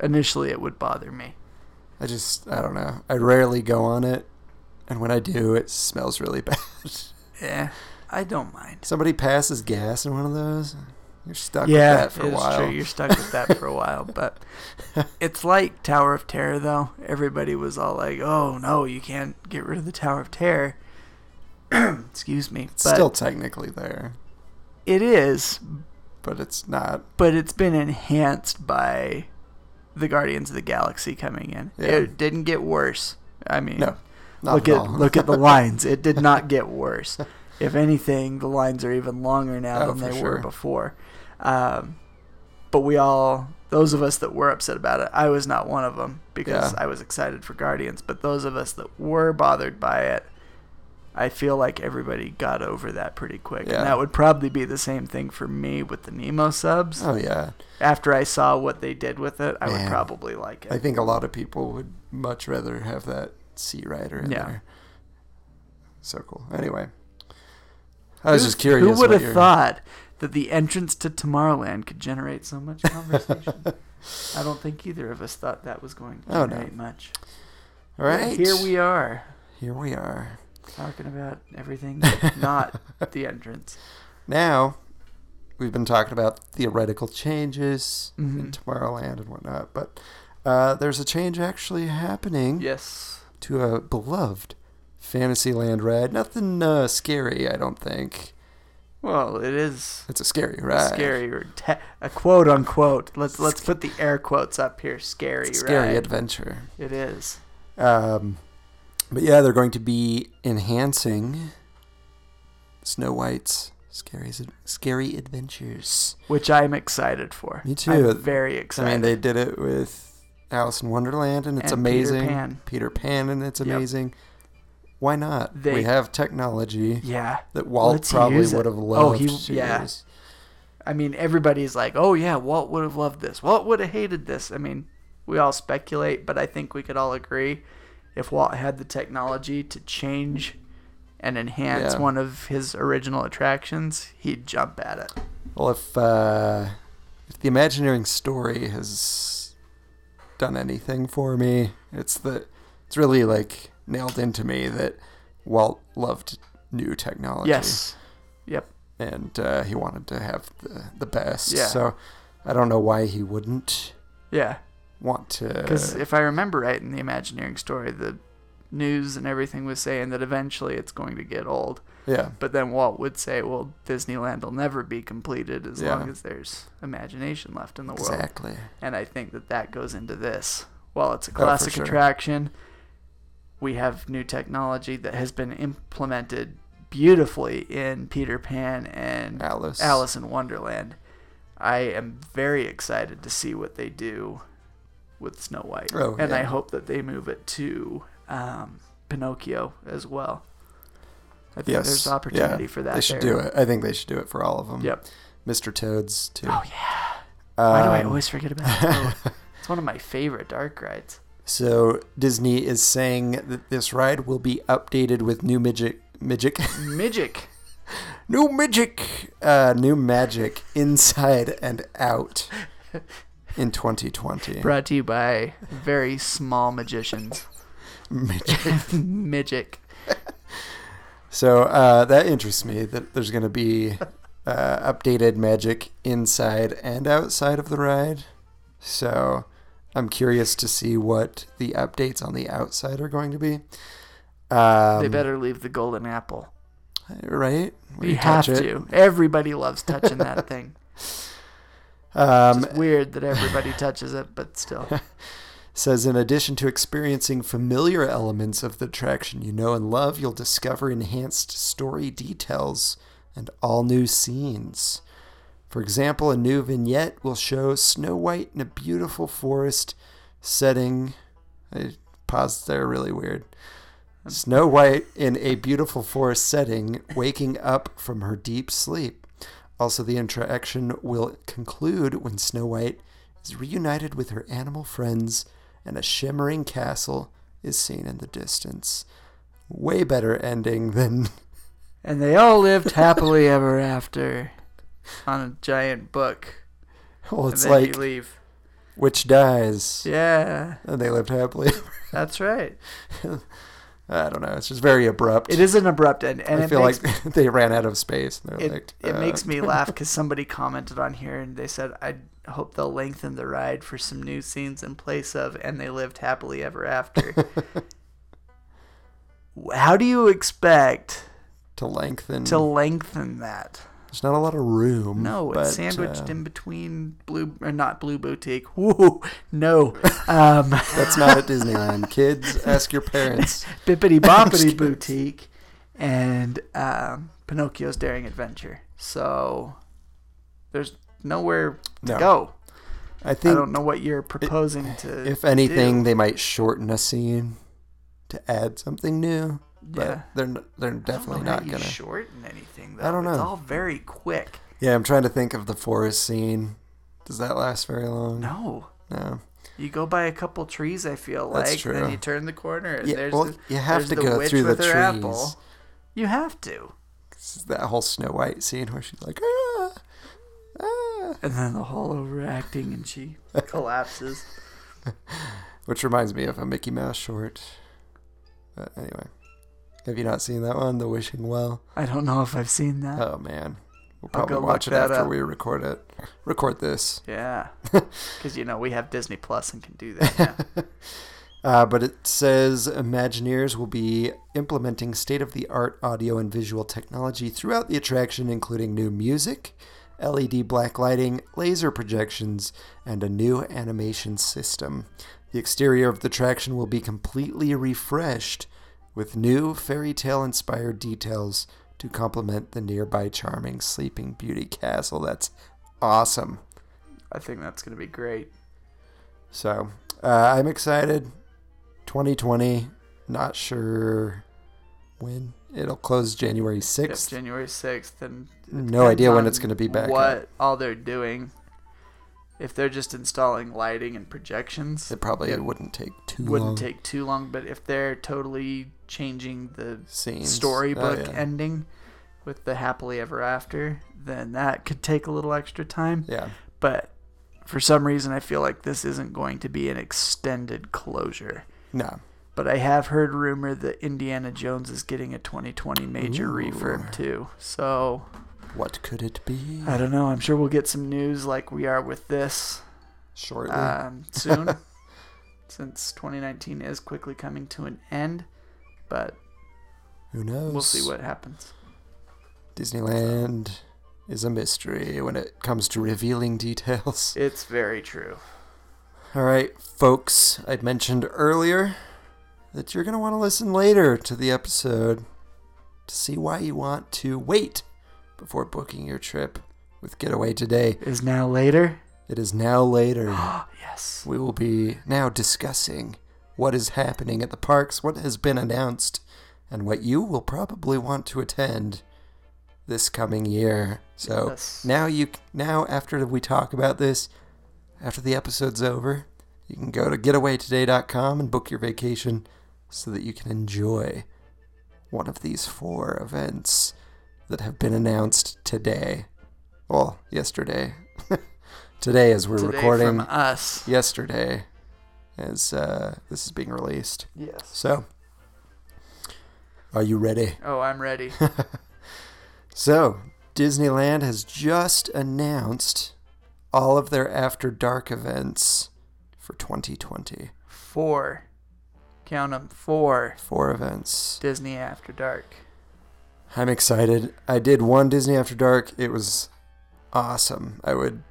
Speaker 6: initially it would bother me.
Speaker 5: I just I don't know. I rarely go on it, and when I do, it smells really bad.
Speaker 6: Yeah, Eh, I don't mind.
Speaker 5: Somebody passes gas in one of those, you're stuck
Speaker 6: Yeah,
Speaker 5: with that for a while.
Speaker 6: true. You're stuck with that for a while, but it's like Tower of Terror, though. Everybody was all like, "Oh no, you can't get rid of the Tower of Terror." Excuse me,
Speaker 5: It's
Speaker 6: but
Speaker 5: still technically there,
Speaker 6: it is,
Speaker 5: but it's not.
Speaker 6: but it's been enhanced by the Guardians of the Galaxy coming in.
Speaker 5: Yeah.
Speaker 6: It didn't get worse. I mean,
Speaker 5: No, not
Speaker 6: look
Speaker 5: at,
Speaker 6: at
Speaker 5: all.
Speaker 6: look at the lines. It did not get worse. If anything, the lines are even longer now
Speaker 5: Oh,
Speaker 6: than
Speaker 5: for
Speaker 6: they
Speaker 5: sure.
Speaker 6: were before. Um, but we all, those of us that were upset about it, I was not one of them because
Speaker 5: Yeah.
Speaker 6: I was excited for Guardians. But those of us that were bothered by it, I feel like everybody got over that pretty quick.
Speaker 5: Yeah.
Speaker 6: And that would probably be the same thing for me with the Nemo subs.
Speaker 5: oh yeah,
Speaker 6: After I saw what they did with it, I
Speaker 5: Man.
Speaker 6: would probably like it.
Speaker 5: I think a lot of people would much rather have that Sea Rider in
Speaker 6: Yeah.
Speaker 5: there. So cool. Anyway, I was just curious.
Speaker 6: Who would
Speaker 5: what
Speaker 6: have
Speaker 5: your-
Speaker 6: thought that the entrance to Tomorrowland could generate so much conversation? I don't think either of us thought that was going to
Speaker 5: Oh, no.
Speaker 6: generate much.
Speaker 5: All right,
Speaker 6: Here we are
Speaker 5: here we are.
Speaker 6: talking about everything, but not the entrance.
Speaker 5: Now, we've been talking about theoretical changes in
Speaker 6: Mhm.
Speaker 5: Tomorrowland and whatnot, but uh, there's a change actually happening
Speaker 6: Yes.
Speaker 5: to a beloved Fantasyland ride. Nothing uh, scary, I don't think.
Speaker 6: Well, it is
Speaker 5: It's a scary ride.
Speaker 6: scary or te- a quote unquote. Let's let's put the air quotes up here. Scary,
Speaker 5: It's a scary
Speaker 6: right?
Speaker 5: adventure.
Speaker 6: It is.
Speaker 5: Um, but yeah, they're going to be enhancing Snow White's scary scary adventures.
Speaker 6: Which I'm excited for.
Speaker 5: Me too.
Speaker 6: I'm very excited.
Speaker 5: I mean, they did it with Alice in Wonderland, and it's
Speaker 6: And Peter
Speaker 5: amazing.
Speaker 6: Pan.
Speaker 5: Peter Pan, and it's
Speaker 6: Yep.
Speaker 5: amazing. Why not? we
Speaker 6: They-
Speaker 5: have technology
Speaker 6: yeah.
Speaker 5: that Walt
Speaker 6: Let's
Speaker 5: probably
Speaker 6: use it.
Speaker 5: would have
Speaker 6: Oh,
Speaker 5: loved
Speaker 6: he-
Speaker 5: to
Speaker 6: yeah.
Speaker 5: use.
Speaker 6: I mean, everybody's like, oh, yeah, Walt would have loved this. Walt would have hated this. I mean, we all speculate, but I think we could all agree if Walt had the technology to change and enhance
Speaker 5: Yeah.
Speaker 6: one of his original attractions, he'd jump at it.
Speaker 5: Well, if uh, if the Imagineering story has done anything for me, it's that it's really like nailed into me that Walt loved new technology.
Speaker 6: Yes. Yep.
Speaker 5: and uh, he wanted to have the the best.
Speaker 6: Yeah.
Speaker 5: So I don't know why he wouldn't
Speaker 6: Yeah.
Speaker 5: want to.
Speaker 6: Because if I remember right in the Imagineering story, the news and everything was saying that eventually it's going to get old.
Speaker 5: yeah,
Speaker 6: But then Walt would say, well, Disneyland will never be completed as
Speaker 5: Yeah.
Speaker 6: long as there's imagination left in the world.
Speaker 5: exactly.
Speaker 6: and I think that that goes into this. While it's a
Speaker 5: Oh, for
Speaker 6: classic
Speaker 5: sure.
Speaker 6: attraction, we have new technology that has been implemented beautifully in Peter Pan and
Speaker 5: Alice.
Speaker 6: Alice in Wonderland. I am very excited to see what they do with Snow White,
Speaker 5: Oh,
Speaker 6: and I
Speaker 5: yeah.
Speaker 6: hope that they move it to um, Pinocchio as well. I think
Speaker 5: Yes.
Speaker 6: there's
Speaker 5: yeah,
Speaker 6: opportunity for that.
Speaker 5: They should
Speaker 6: there.
Speaker 5: do it. I think they should do it for all of them.
Speaker 6: Yep.
Speaker 5: Mr. Toad's too.
Speaker 6: Oh yeah. Why do I
Speaker 5: Um,
Speaker 6: always forget about it? Oh, it's one of my favorite dark rides.
Speaker 5: So Disney is saying that this ride will be updated with new magic, magic,
Speaker 6: Midget.
Speaker 5: new magic, uh, new magic inside and out in 2020.
Speaker 6: Brought to you by very small magicians.
Speaker 5: Magic.
Speaker 6: Midget.
Speaker 5: So uh, that interests me that there's going to be uh, updated magic inside and outside of the ride. So I'm curious to see what the updates on the outside are going to be. Um,
Speaker 6: They better leave the golden apple.
Speaker 5: right? When
Speaker 6: You have to. Everybody loves touching that thing.
Speaker 5: Um,
Speaker 6: It's weird that everybody touches it, but still.
Speaker 5: says in addition to experiencing familiar elements of the attraction you know and love, you'll discover enhanced story details and all new scenes. For example, a new vignette will show Snow White in a beautiful forest setting. I paused there really weird. Snow White in a beautiful forest setting, waking up from her deep sleep. Also, the interaction will conclude when Snow White is reunited with her animal friends and a shimmering castle is seen in the distance. Way better ending than.
Speaker 6: And they all lived happily ever after on a giant book.
Speaker 5: Well,
Speaker 6: And
Speaker 5: it's
Speaker 6: then
Speaker 5: like
Speaker 6: you leave.
Speaker 5: Witch Dies.
Speaker 6: Yeah,
Speaker 5: And they lived happily.
Speaker 6: that's right.
Speaker 5: I don't know. It's just very abrupt.
Speaker 6: It is an abrupt end, and
Speaker 5: I
Speaker 6: it
Speaker 5: feel
Speaker 6: makes
Speaker 5: like they ran out of space. And they're
Speaker 6: it,
Speaker 5: like,
Speaker 6: it
Speaker 5: uh,
Speaker 6: makes me laugh because somebody commented on here and they said i hope they'll lengthen the ride for some new scenes in place of and they lived happily ever after how do you expect
Speaker 5: to lengthen.
Speaker 6: to lengthen that
Speaker 5: There's not a lot of room.
Speaker 6: no
Speaker 5: Um, but,
Speaker 6: it's sandwiched
Speaker 5: uh,
Speaker 6: in between blue or not blue boutique woo no um
Speaker 5: That's not at Disneyland. Kids, ask your parents.
Speaker 6: bippity boppity boutique and um pinocchio's daring adventure so there's nowhere to
Speaker 5: No.
Speaker 6: go
Speaker 5: I think
Speaker 6: I don't know what you're proposing to.
Speaker 5: if anything,
Speaker 6: do.
Speaker 5: they might shorten a scene to add something new. But
Speaker 6: Yeah.
Speaker 5: they're n- they're
Speaker 6: I don't know
Speaker 5: definitely
Speaker 6: how
Speaker 5: not
Speaker 6: you
Speaker 5: gonna.
Speaker 6: shorten anything. Though.
Speaker 5: I don't
Speaker 6: It's
Speaker 5: know.
Speaker 6: all very quick.
Speaker 5: yeah, I'm trying to think of the forest scene. Does that last very long?
Speaker 6: No,
Speaker 5: No.
Speaker 6: you go by a couple trees. I feel
Speaker 5: That's
Speaker 6: like then
Speaker 5: true.
Speaker 6: you turn the corner and
Speaker 5: Yeah,
Speaker 6: there's
Speaker 5: well,
Speaker 6: the,
Speaker 5: you have
Speaker 6: there's
Speaker 5: to
Speaker 6: the
Speaker 5: go
Speaker 6: witch
Speaker 5: through the
Speaker 6: with her
Speaker 5: trees.
Speaker 6: apple. You have to,
Speaker 5: It's that whole Snow White scene where she's like, ah, ah,
Speaker 6: and then the whole overacting and she collapses.
Speaker 5: which reminds me of a Mickey Mouse short. But anyway, have you not seen that one, The Wishing Well?
Speaker 6: I don't know if I've seen that.
Speaker 5: Oh man, we'll
Speaker 6: I'll
Speaker 5: probably
Speaker 6: go
Speaker 5: watch it
Speaker 6: look that
Speaker 5: after
Speaker 6: up.
Speaker 5: we record it. Record this.
Speaker 6: Yeah, because you know we have Disney Plus and can do that. Now.
Speaker 5: Uh, but it says Imagineers will be implementing state of the art audio and visual technology throughout the attraction, including new music, LED black lighting, laser projections, and a new animation system. The exterior of the attraction will be completely refreshed with new fairy tale inspired details to complement the nearby charming Sleeping Beauty Castle. That's awesome.
Speaker 6: I think that's gonna be great.
Speaker 5: So uh, I'm excited. 2020, not sure when it'll close January
Speaker 6: Yep,
Speaker 5: 6th.
Speaker 6: January sixth and
Speaker 5: no idea when
Speaker 6: on
Speaker 5: it's going to be back. up.
Speaker 6: What all they're doing, if they're just installing lighting and projections,
Speaker 5: It probably
Speaker 6: It
Speaker 5: wouldn't take too
Speaker 6: wouldn't
Speaker 5: long.
Speaker 6: take too long. But if they're totally changing the
Speaker 5: Scenes.
Speaker 6: storybook
Speaker 5: Oh, yeah.
Speaker 6: ending with the happily ever after, then that could take a little extra time.
Speaker 5: Yeah.
Speaker 6: But for some reason, I feel like this isn't going to be an extended closure.
Speaker 5: No.
Speaker 6: But I have heard rumor that Indiana Jones is getting a 2020 major
Speaker 5: Ooh.
Speaker 6: refurb too. So
Speaker 5: What could it be?
Speaker 6: I don't know. I'm sure we'll get some news like we are with this
Speaker 5: Shortly.
Speaker 6: um, soon, since 2019 is quickly coming to an end. But
Speaker 5: Who knows?
Speaker 6: we'll see what happens.
Speaker 5: Disneyland is a mystery when it comes to revealing details.
Speaker 6: It's very true.
Speaker 5: All right, folks, I mentioned earlier that you're going to want to listen later to the episode to see why you want to wait before booking your trip with Getaway Today.
Speaker 6: Is now later?
Speaker 5: It is now later.
Speaker 6: Yes.
Speaker 5: We will be now discussing what is happening at the parks, what has been announced, and what you will probably want to attend this coming year. So
Speaker 6: Yes.
Speaker 5: now you now after we talk about this, after the episode's over, you can go to getawaytoday.com and book your vacation so that you can enjoy one of these four events that have been announced today. Well, yesterday. today as we're
Speaker 6: Today
Speaker 5: recording
Speaker 6: from us.
Speaker 5: yesterday as uh, this is being released.
Speaker 6: Yes.
Speaker 5: So, are you ready?
Speaker 6: Oh, I'm ready.
Speaker 5: So, Disneyland has just announced all of their After Dark events for 2020.
Speaker 6: four. Count 'em, Four.
Speaker 5: Four events.
Speaker 6: Disney After Dark.
Speaker 5: I'm excited. I did one Disney After Dark. It was awesome. I would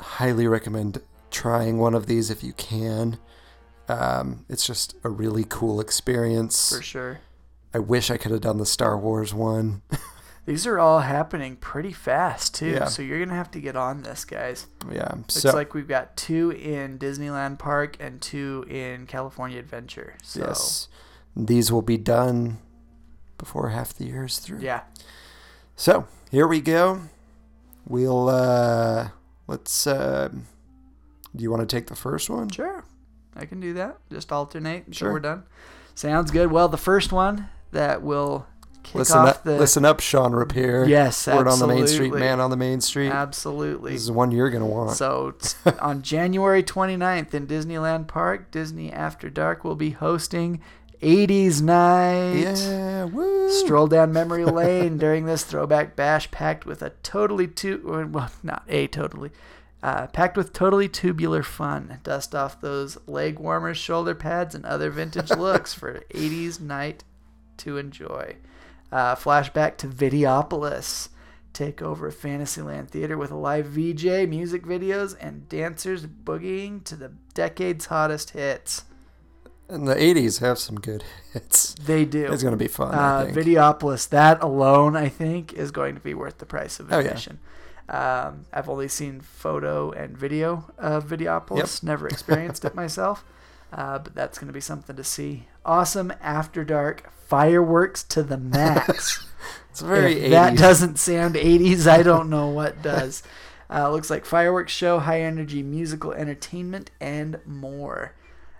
Speaker 5: highly recommend trying one of these if you can. Um, it's just a really cool experience.
Speaker 6: For sure.
Speaker 5: I wish I could have done the Star Wars one.
Speaker 6: These are all happening pretty fast, too.
Speaker 5: Yeah.
Speaker 6: So you're going to have to get on this, guys.
Speaker 5: yeah.
Speaker 6: Looks
Speaker 5: so
Speaker 6: like we've got two in Disneyland Park and two in California Adventure. So,
Speaker 5: yes, these will be done before half the year is through.
Speaker 6: yeah.
Speaker 5: So here we go. We'll uh, let's. Uh, do you want to take the first one?
Speaker 6: Sure. I can do that. Just alternate until
Speaker 5: Sure.
Speaker 6: we're done. Sounds good. Well, the first one that will kick
Speaker 5: Listen
Speaker 6: off
Speaker 5: up,
Speaker 6: the.
Speaker 5: listen up, Sean Rapier.
Speaker 6: Yes,
Speaker 5: Word on the main street,
Speaker 6: absolutely.
Speaker 5: man on the main street.
Speaker 6: Absolutely.
Speaker 5: This is one you're gonna want.
Speaker 6: So t- on January 29th in Disneyland Park, Disney After Dark will be hosting 80s Night.
Speaker 5: yeah, woo.
Speaker 6: Stroll down memory lane during this throwback bash packed with a totally tu- or, well, not a totally uh, packed with totally tubular fun. Dust off those leg warmers, shoulder pads, and other vintage looks for 80s night to enjoy. Uh, flashback to Videopolis. Take over Fantasyland Theater with a live VJ, music videos, and dancers boogieing to the decade's hottest hits.
Speaker 5: And the '80s have some good hits.
Speaker 6: They do.
Speaker 5: It's gonna be fun. I
Speaker 6: Uh,
Speaker 5: think.
Speaker 6: Videopolis, that alone, I think, is going to be worth the price of
Speaker 5: Oh, yeah.
Speaker 6: admission. um, I've only seen photo and video of Videopolis, never experienced it myself, uh, but that's going to be something to see. Awesome After Dark fireworks to the max.
Speaker 5: it's very
Speaker 6: If that
Speaker 5: 80s.
Speaker 6: doesn't sound 80s, I don't know what does. Uh, looks like fireworks show, high energy musical entertainment, and more.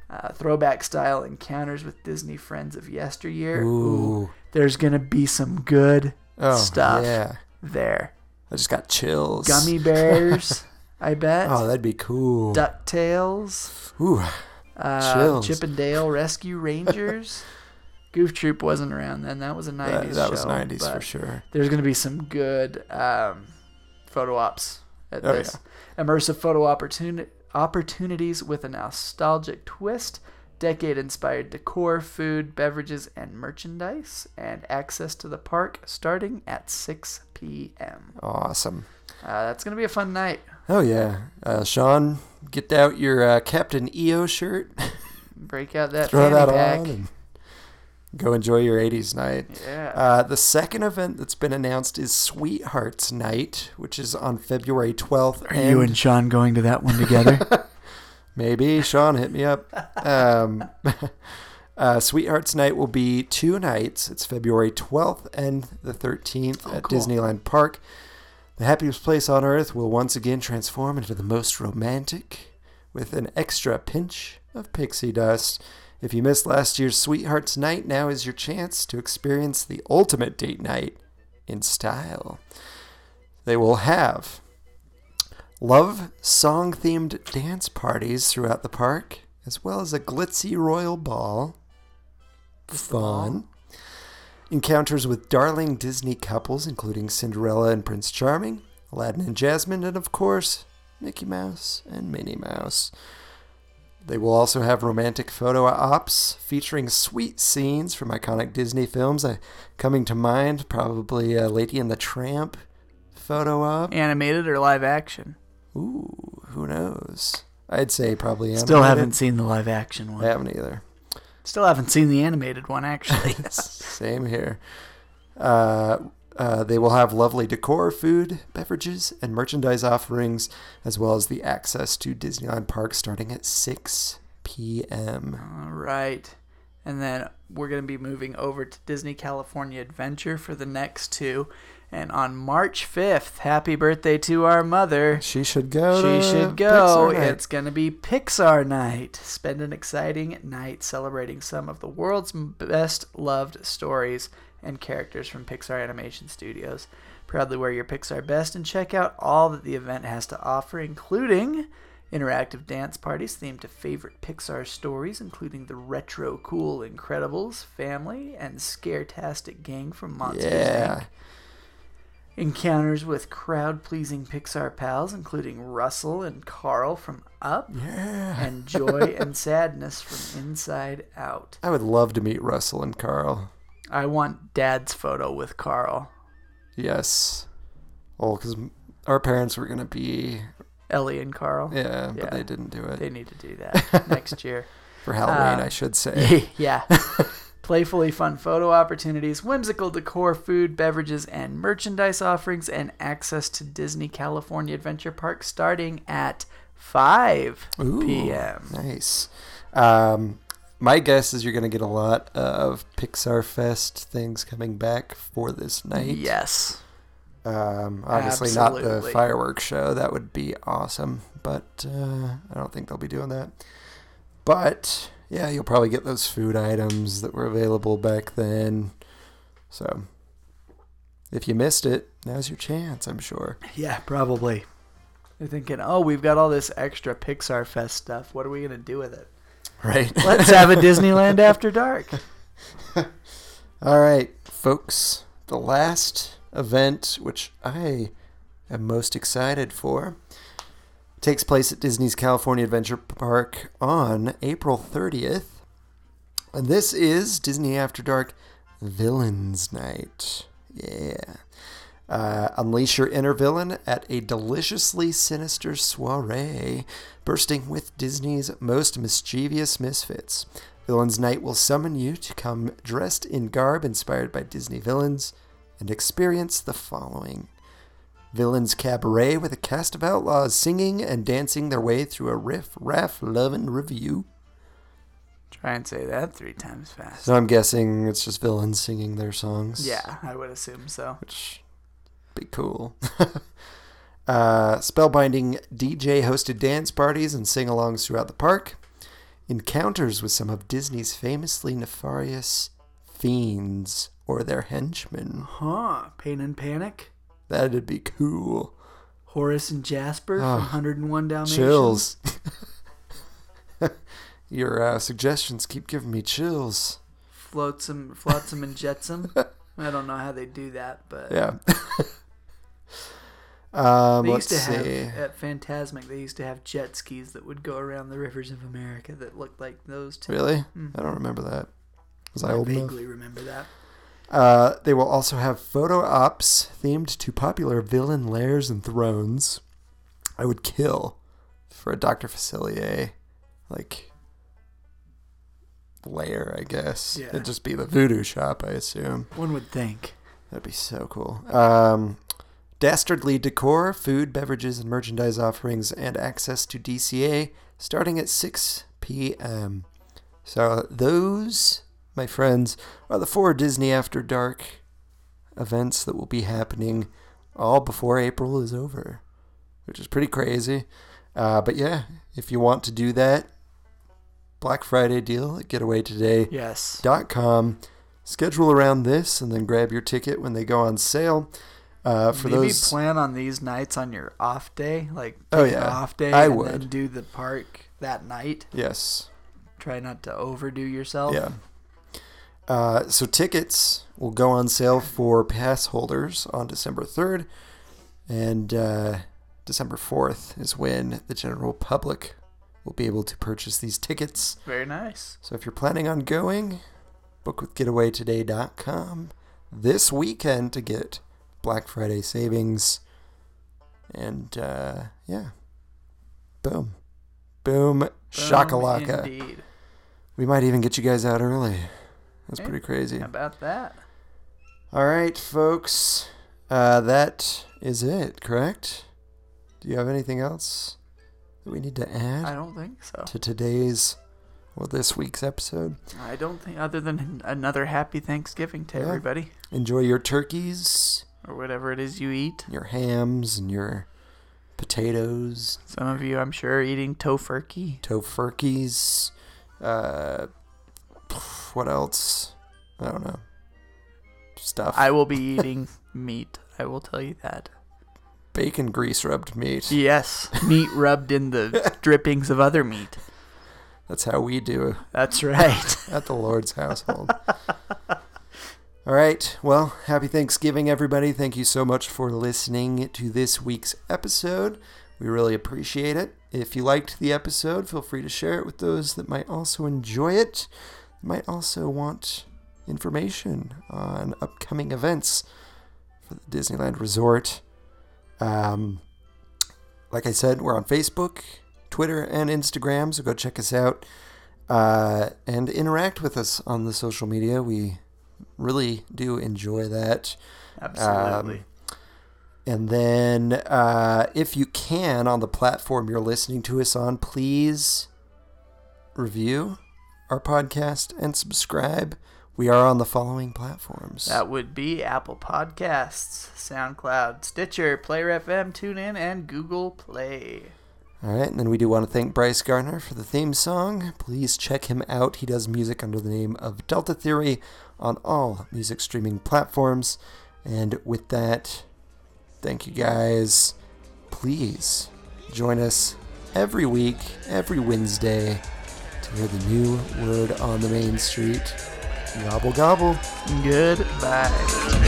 Speaker 6: Uh, throwback style encounters with Disney friends of yesteryear.
Speaker 5: Ooh.
Speaker 6: there's going to be some good
Speaker 5: oh,
Speaker 6: stuff
Speaker 5: Yeah,
Speaker 6: there.
Speaker 5: I just got chills.
Speaker 6: Gummy bears, I bet.
Speaker 5: Oh, that'd be cool.
Speaker 6: DuckTales.
Speaker 5: Ooh,
Speaker 6: Uh,
Speaker 5: Chills.
Speaker 6: Chip and Dale Rescue Rangers. Goof Troop wasn't around then. That was a 90s
Speaker 5: Uh, that, that was
Speaker 6: show,
Speaker 5: 90s for
Speaker 6: but-
Speaker 5: sure.
Speaker 6: there's going to be some good um, photo ops at
Speaker 5: Oh,
Speaker 6: this. Immersive photo opportuni- opportunities with a nostalgic twist, decade inspired decor, food, beverages, and merchandise, and access to the park starting at 6 p.m.
Speaker 5: Awesome.
Speaker 6: Uh, that's going to be a fun night.
Speaker 5: Oh yeah, uh, Sean, get out your uh, Captain EO shirt,
Speaker 6: Break out that
Speaker 5: throw
Speaker 6: fanny
Speaker 5: that
Speaker 6: pack.
Speaker 5: on, and go enjoy your '80s night.
Speaker 6: Yeah.
Speaker 5: Uh, the second event that's been announced is Sweethearts Night, which is on February 12th. and
Speaker 6: Sean going to that one together?
Speaker 5: Maybe Sean hit me up. Um, uh, Sweethearts Night will be two nights. It's February 12th and the 13th at
Speaker 6: Oh, cool.
Speaker 5: Disneyland Park. The happiest place on earth will once again transform into the most romantic with an extra pinch of pixie dust. If you missed last year's Sweethearts Night, now is your chance to experience the ultimate date night in style. They will have love song themed dance parties throughout the park, as well as a glitzy royal ball. Fun. Encounters with darling Disney couples, including Cinderella and Prince Charming, Aladdin and Jasmine, and of course, Mickey Mouse and Minnie Mouse. They will also have romantic photo ops featuring sweet scenes from iconic Disney films. Uh, coming to mind, probably uh, Lady and the Tramp photo op.
Speaker 6: Animated or live action?
Speaker 5: Ooh, who knows? I'd say probably
Speaker 6: Still
Speaker 5: animated.
Speaker 6: haven't seen the live action one.
Speaker 5: I haven't either.
Speaker 6: Still haven't seen the animated one, actually.
Speaker 5: Same here. Uh, uh, they will have lovely decor, food, beverages, and merchandise offerings, as well as the access to Disneyland Park starting at 6 p.m.
Speaker 6: All right. And then we're going to be moving over to Disney California Adventure for the next two. And on March 5th, happy birthday to our mother.
Speaker 5: She should go.
Speaker 6: She
Speaker 5: to
Speaker 6: should go.
Speaker 5: Pixar night.
Speaker 6: It's going to be Pixar night. Spend an exciting night celebrating some of the world's m- best loved stories and characters from Pixar Animation Studios. Proudly wear your Pixar best and check out all that the event has to offer, including interactive dance parties themed to favorite Pixar stories, including the retro cool Incredibles family and Scaretastic gang from Monsters Inc.
Speaker 5: yeah.
Speaker 6: Encounters with crowd pleasing Pixar pals, including Russell and Carl from Up, and Joy and Sadness from Inside Out.
Speaker 5: I would love to meet Russell and Carl.
Speaker 6: I want Dad's photo with Carl.
Speaker 5: Yes. Well, because our parents were going to be.
Speaker 6: Ellie and Carl.
Speaker 5: Yeah,
Speaker 6: Yeah.
Speaker 5: but they didn't do it.
Speaker 6: They need to do that next year.
Speaker 5: For Halloween,
Speaker 6: Um,
Speaker 5: I should say.
Speaker 6: yeah. Playfully fun photo opportunities, whimsical decor, food, beverages, and merchandise offerings, and access to Disney California Adventure Park starting at 5
Speaker 5: Ooh,
Speaker 6: p.m.
Speaker 5: Nice. Um, my guess is you're going to get a lot of Pixar Fest things coming back for this night.
Speaker 6: Yes.
Speaker 5: Um, obviously not the
Speaker 6: Absolutely.
Speaker 5: fireworks show. That would be awesome, but uh, I don't think they'll be doing that. But yeah, you'll probably get those food items that were available back then. So if you missed it, now's your chance. I'm sure.
Speaker 6: Yeah, probably. They're thinking, oh, we've got all this extra Pixar Fest stuff. What are we going to do with it?
Speaker 5: Right.
Speaker 6: Let's have a Disneyland After Dark.
Speaker 5: All right, folks. The last event, which I am most excited for, takes place at Disney's California Adventure Park on April 30th. And this is Disney After Dark Villains Night. Yeah. Uh, unleash your inner villain at a deliciously sinister soiree, bursting with Disney's most mischievous misfits. Villains Night will summon you to come dressed in garb inspired by Disney villains and experience the following Villains Cabaret with a cast of outlaws singing and dancing their way through a riff raff loving review.
Speaker 6: Try and say that three times fast.
Speaker 5: So I'm guessing it's just villains singing their songs.
Speaker 6: Yeah, I would assume so.
Speaker 5: which be cool. uh, spellbinding DJ hosted dance parties and sing alongs throughout the park. Encounters with some of Disney's famously nefarious fiends or their henchmen.
Speaker 6: Huh. Pain and Panic.
Speaker 5: That'd be cool.
Speaker 6: Horace and Jasper from 101 Dalmatians.
Speaker 5: Chills. Your uh, suggestions keep giving me chills.
Speaker 6: Flotsam, Flotsam and Jetsam. I don't know how they do that, but
Speaker 5: Yeah. um,
Speaker 6: they
Speaker 5: let's
Speaker 6: used to have,
Speaker 5: see.
Speaker 6: at Fantasmic, they used to have jet skis that would go around the rivers of America that looked like those two.
Speaker 5: Really? I don't remember that. Was I,
Speaker 6: I
Speaker 5: old enough?
Speaker 6: Hmm. vaguely remember that.
Speaker 5: Uh, they will also have photo ops themed to popular villain lairs and thrones. I would kill for a Dr. Facilier, like, lair, I guess.
Speaker 6: Yeah.
Speaker 5: It'd just be the voodoo shop, I assume.
Speaker 6: One would think.
Speaker 5: That'd be so cool. Um, dastardly decor, food, beverages, and merchandise offerings, and access to DCA starting at 6 p.m. So, those, my friends, are the four Disney After Dark events that will be happening all before April is over, which is pretty crazy. Uh, but yeah, if you want to do that, Black Friday deal at Getaway Today
Speaker 6: Yes.
Speaker 5: com. Schedule around this and then grab your ticket when they go on sale. Uh, for
Speaker 6: Maybe
Speaker 5: those,
Speaker 6: plan on these nights on your off day, like
Speaker 5: Oh,
Speaker 6: take an
Speaker 5: yeah.
Speaker 6: off day.
Speaker 5: I
Speaker 6: and Then
Speaker 5: would.
Speaker 6: do the park that night.
Speaker 5: yes,
Speaker 6: Try not to overdo yourself.
Speaker 5: yeah. Uh, so tickets will go on sale for pass holders on December third, and uh, December fourth is when the general public will be able to purchase these tickets.
Speaker 6: Very nice.
Speaker 5: So if you're planning on going, book with getawaytoday.com this weekend to get Black Friday savings. And uh, yeah, boom, boom,
Speaker 6: Boom,
Speaker 5: shakalaka.
Speaker 6: Indeed.
Speaker 5: We might even get you guys out early. That's pretty crazy.
Speaker 6: How about that?
Speaker 5: All right, folks. Uh, that is it, correct? Do you have anything else that we need to
Speaker 6: I
Speaker 5: add
Speaker 6: don't think so.
Speaker 5: to today's, well, this week's episode?
Speaker 6: I don't think other than another happy Thanksgiving to
Speaker 5: Yeah.
Speaker 6: everybody
Speaker 5: Enjoy your turkeys,
Speaker 6: or whatever it is you eat.
Speaker 5: your hams, and your potatoes,
Speaker 6: Some of you, I'm sure, are eating tofurkey.
Speaker 5: tofurkeys. Uh, what else? I don't know. Stuff.
Speaker 6: I will be eating meat. I will tell you that.
Speaker 5: Bacon grease rubbed meat.
Speaker 6: Yes, meat rubbed in the drippings of other meat.
Speaker 5: That's how we do it.
Speaker 6: That's right.
Speaker 5: at the Lord's household. All right. Well, happy Thanksgiving, everybody. Thank you so much for listening to this week's episode. We really appreciate it. If you liked the episode, feel free to share it with those that might also enjoy it, might also want information on upcoming events for the Disneyland Resort. Um, like I said, we're on Facebook, Twitter, and Instagram, so go check us out uh, and interact with us on the social media. We really do enjoy that.
Speaker 6: Absolutely.
Speaker 5: And then, uh, if you can, on the platform you're listening to us on, please review our podcast and subscribe. We are on the following platforms.
Speaker 6: that would be Apple Podcasts, SoundCloud, Stitcher, Player FM, TuneIn, and Google Play.
Speaker 5: All right, and then we do want to thank Bryce Garner for the theme song. Please check him out. He does music under the name of Delta Theory on all music streaming platforms. And with that, thank you guys. Please join us every week, every Wednesday, to hear the new word on the main street. Gobble gobble.
Speaker 6: Goodbye.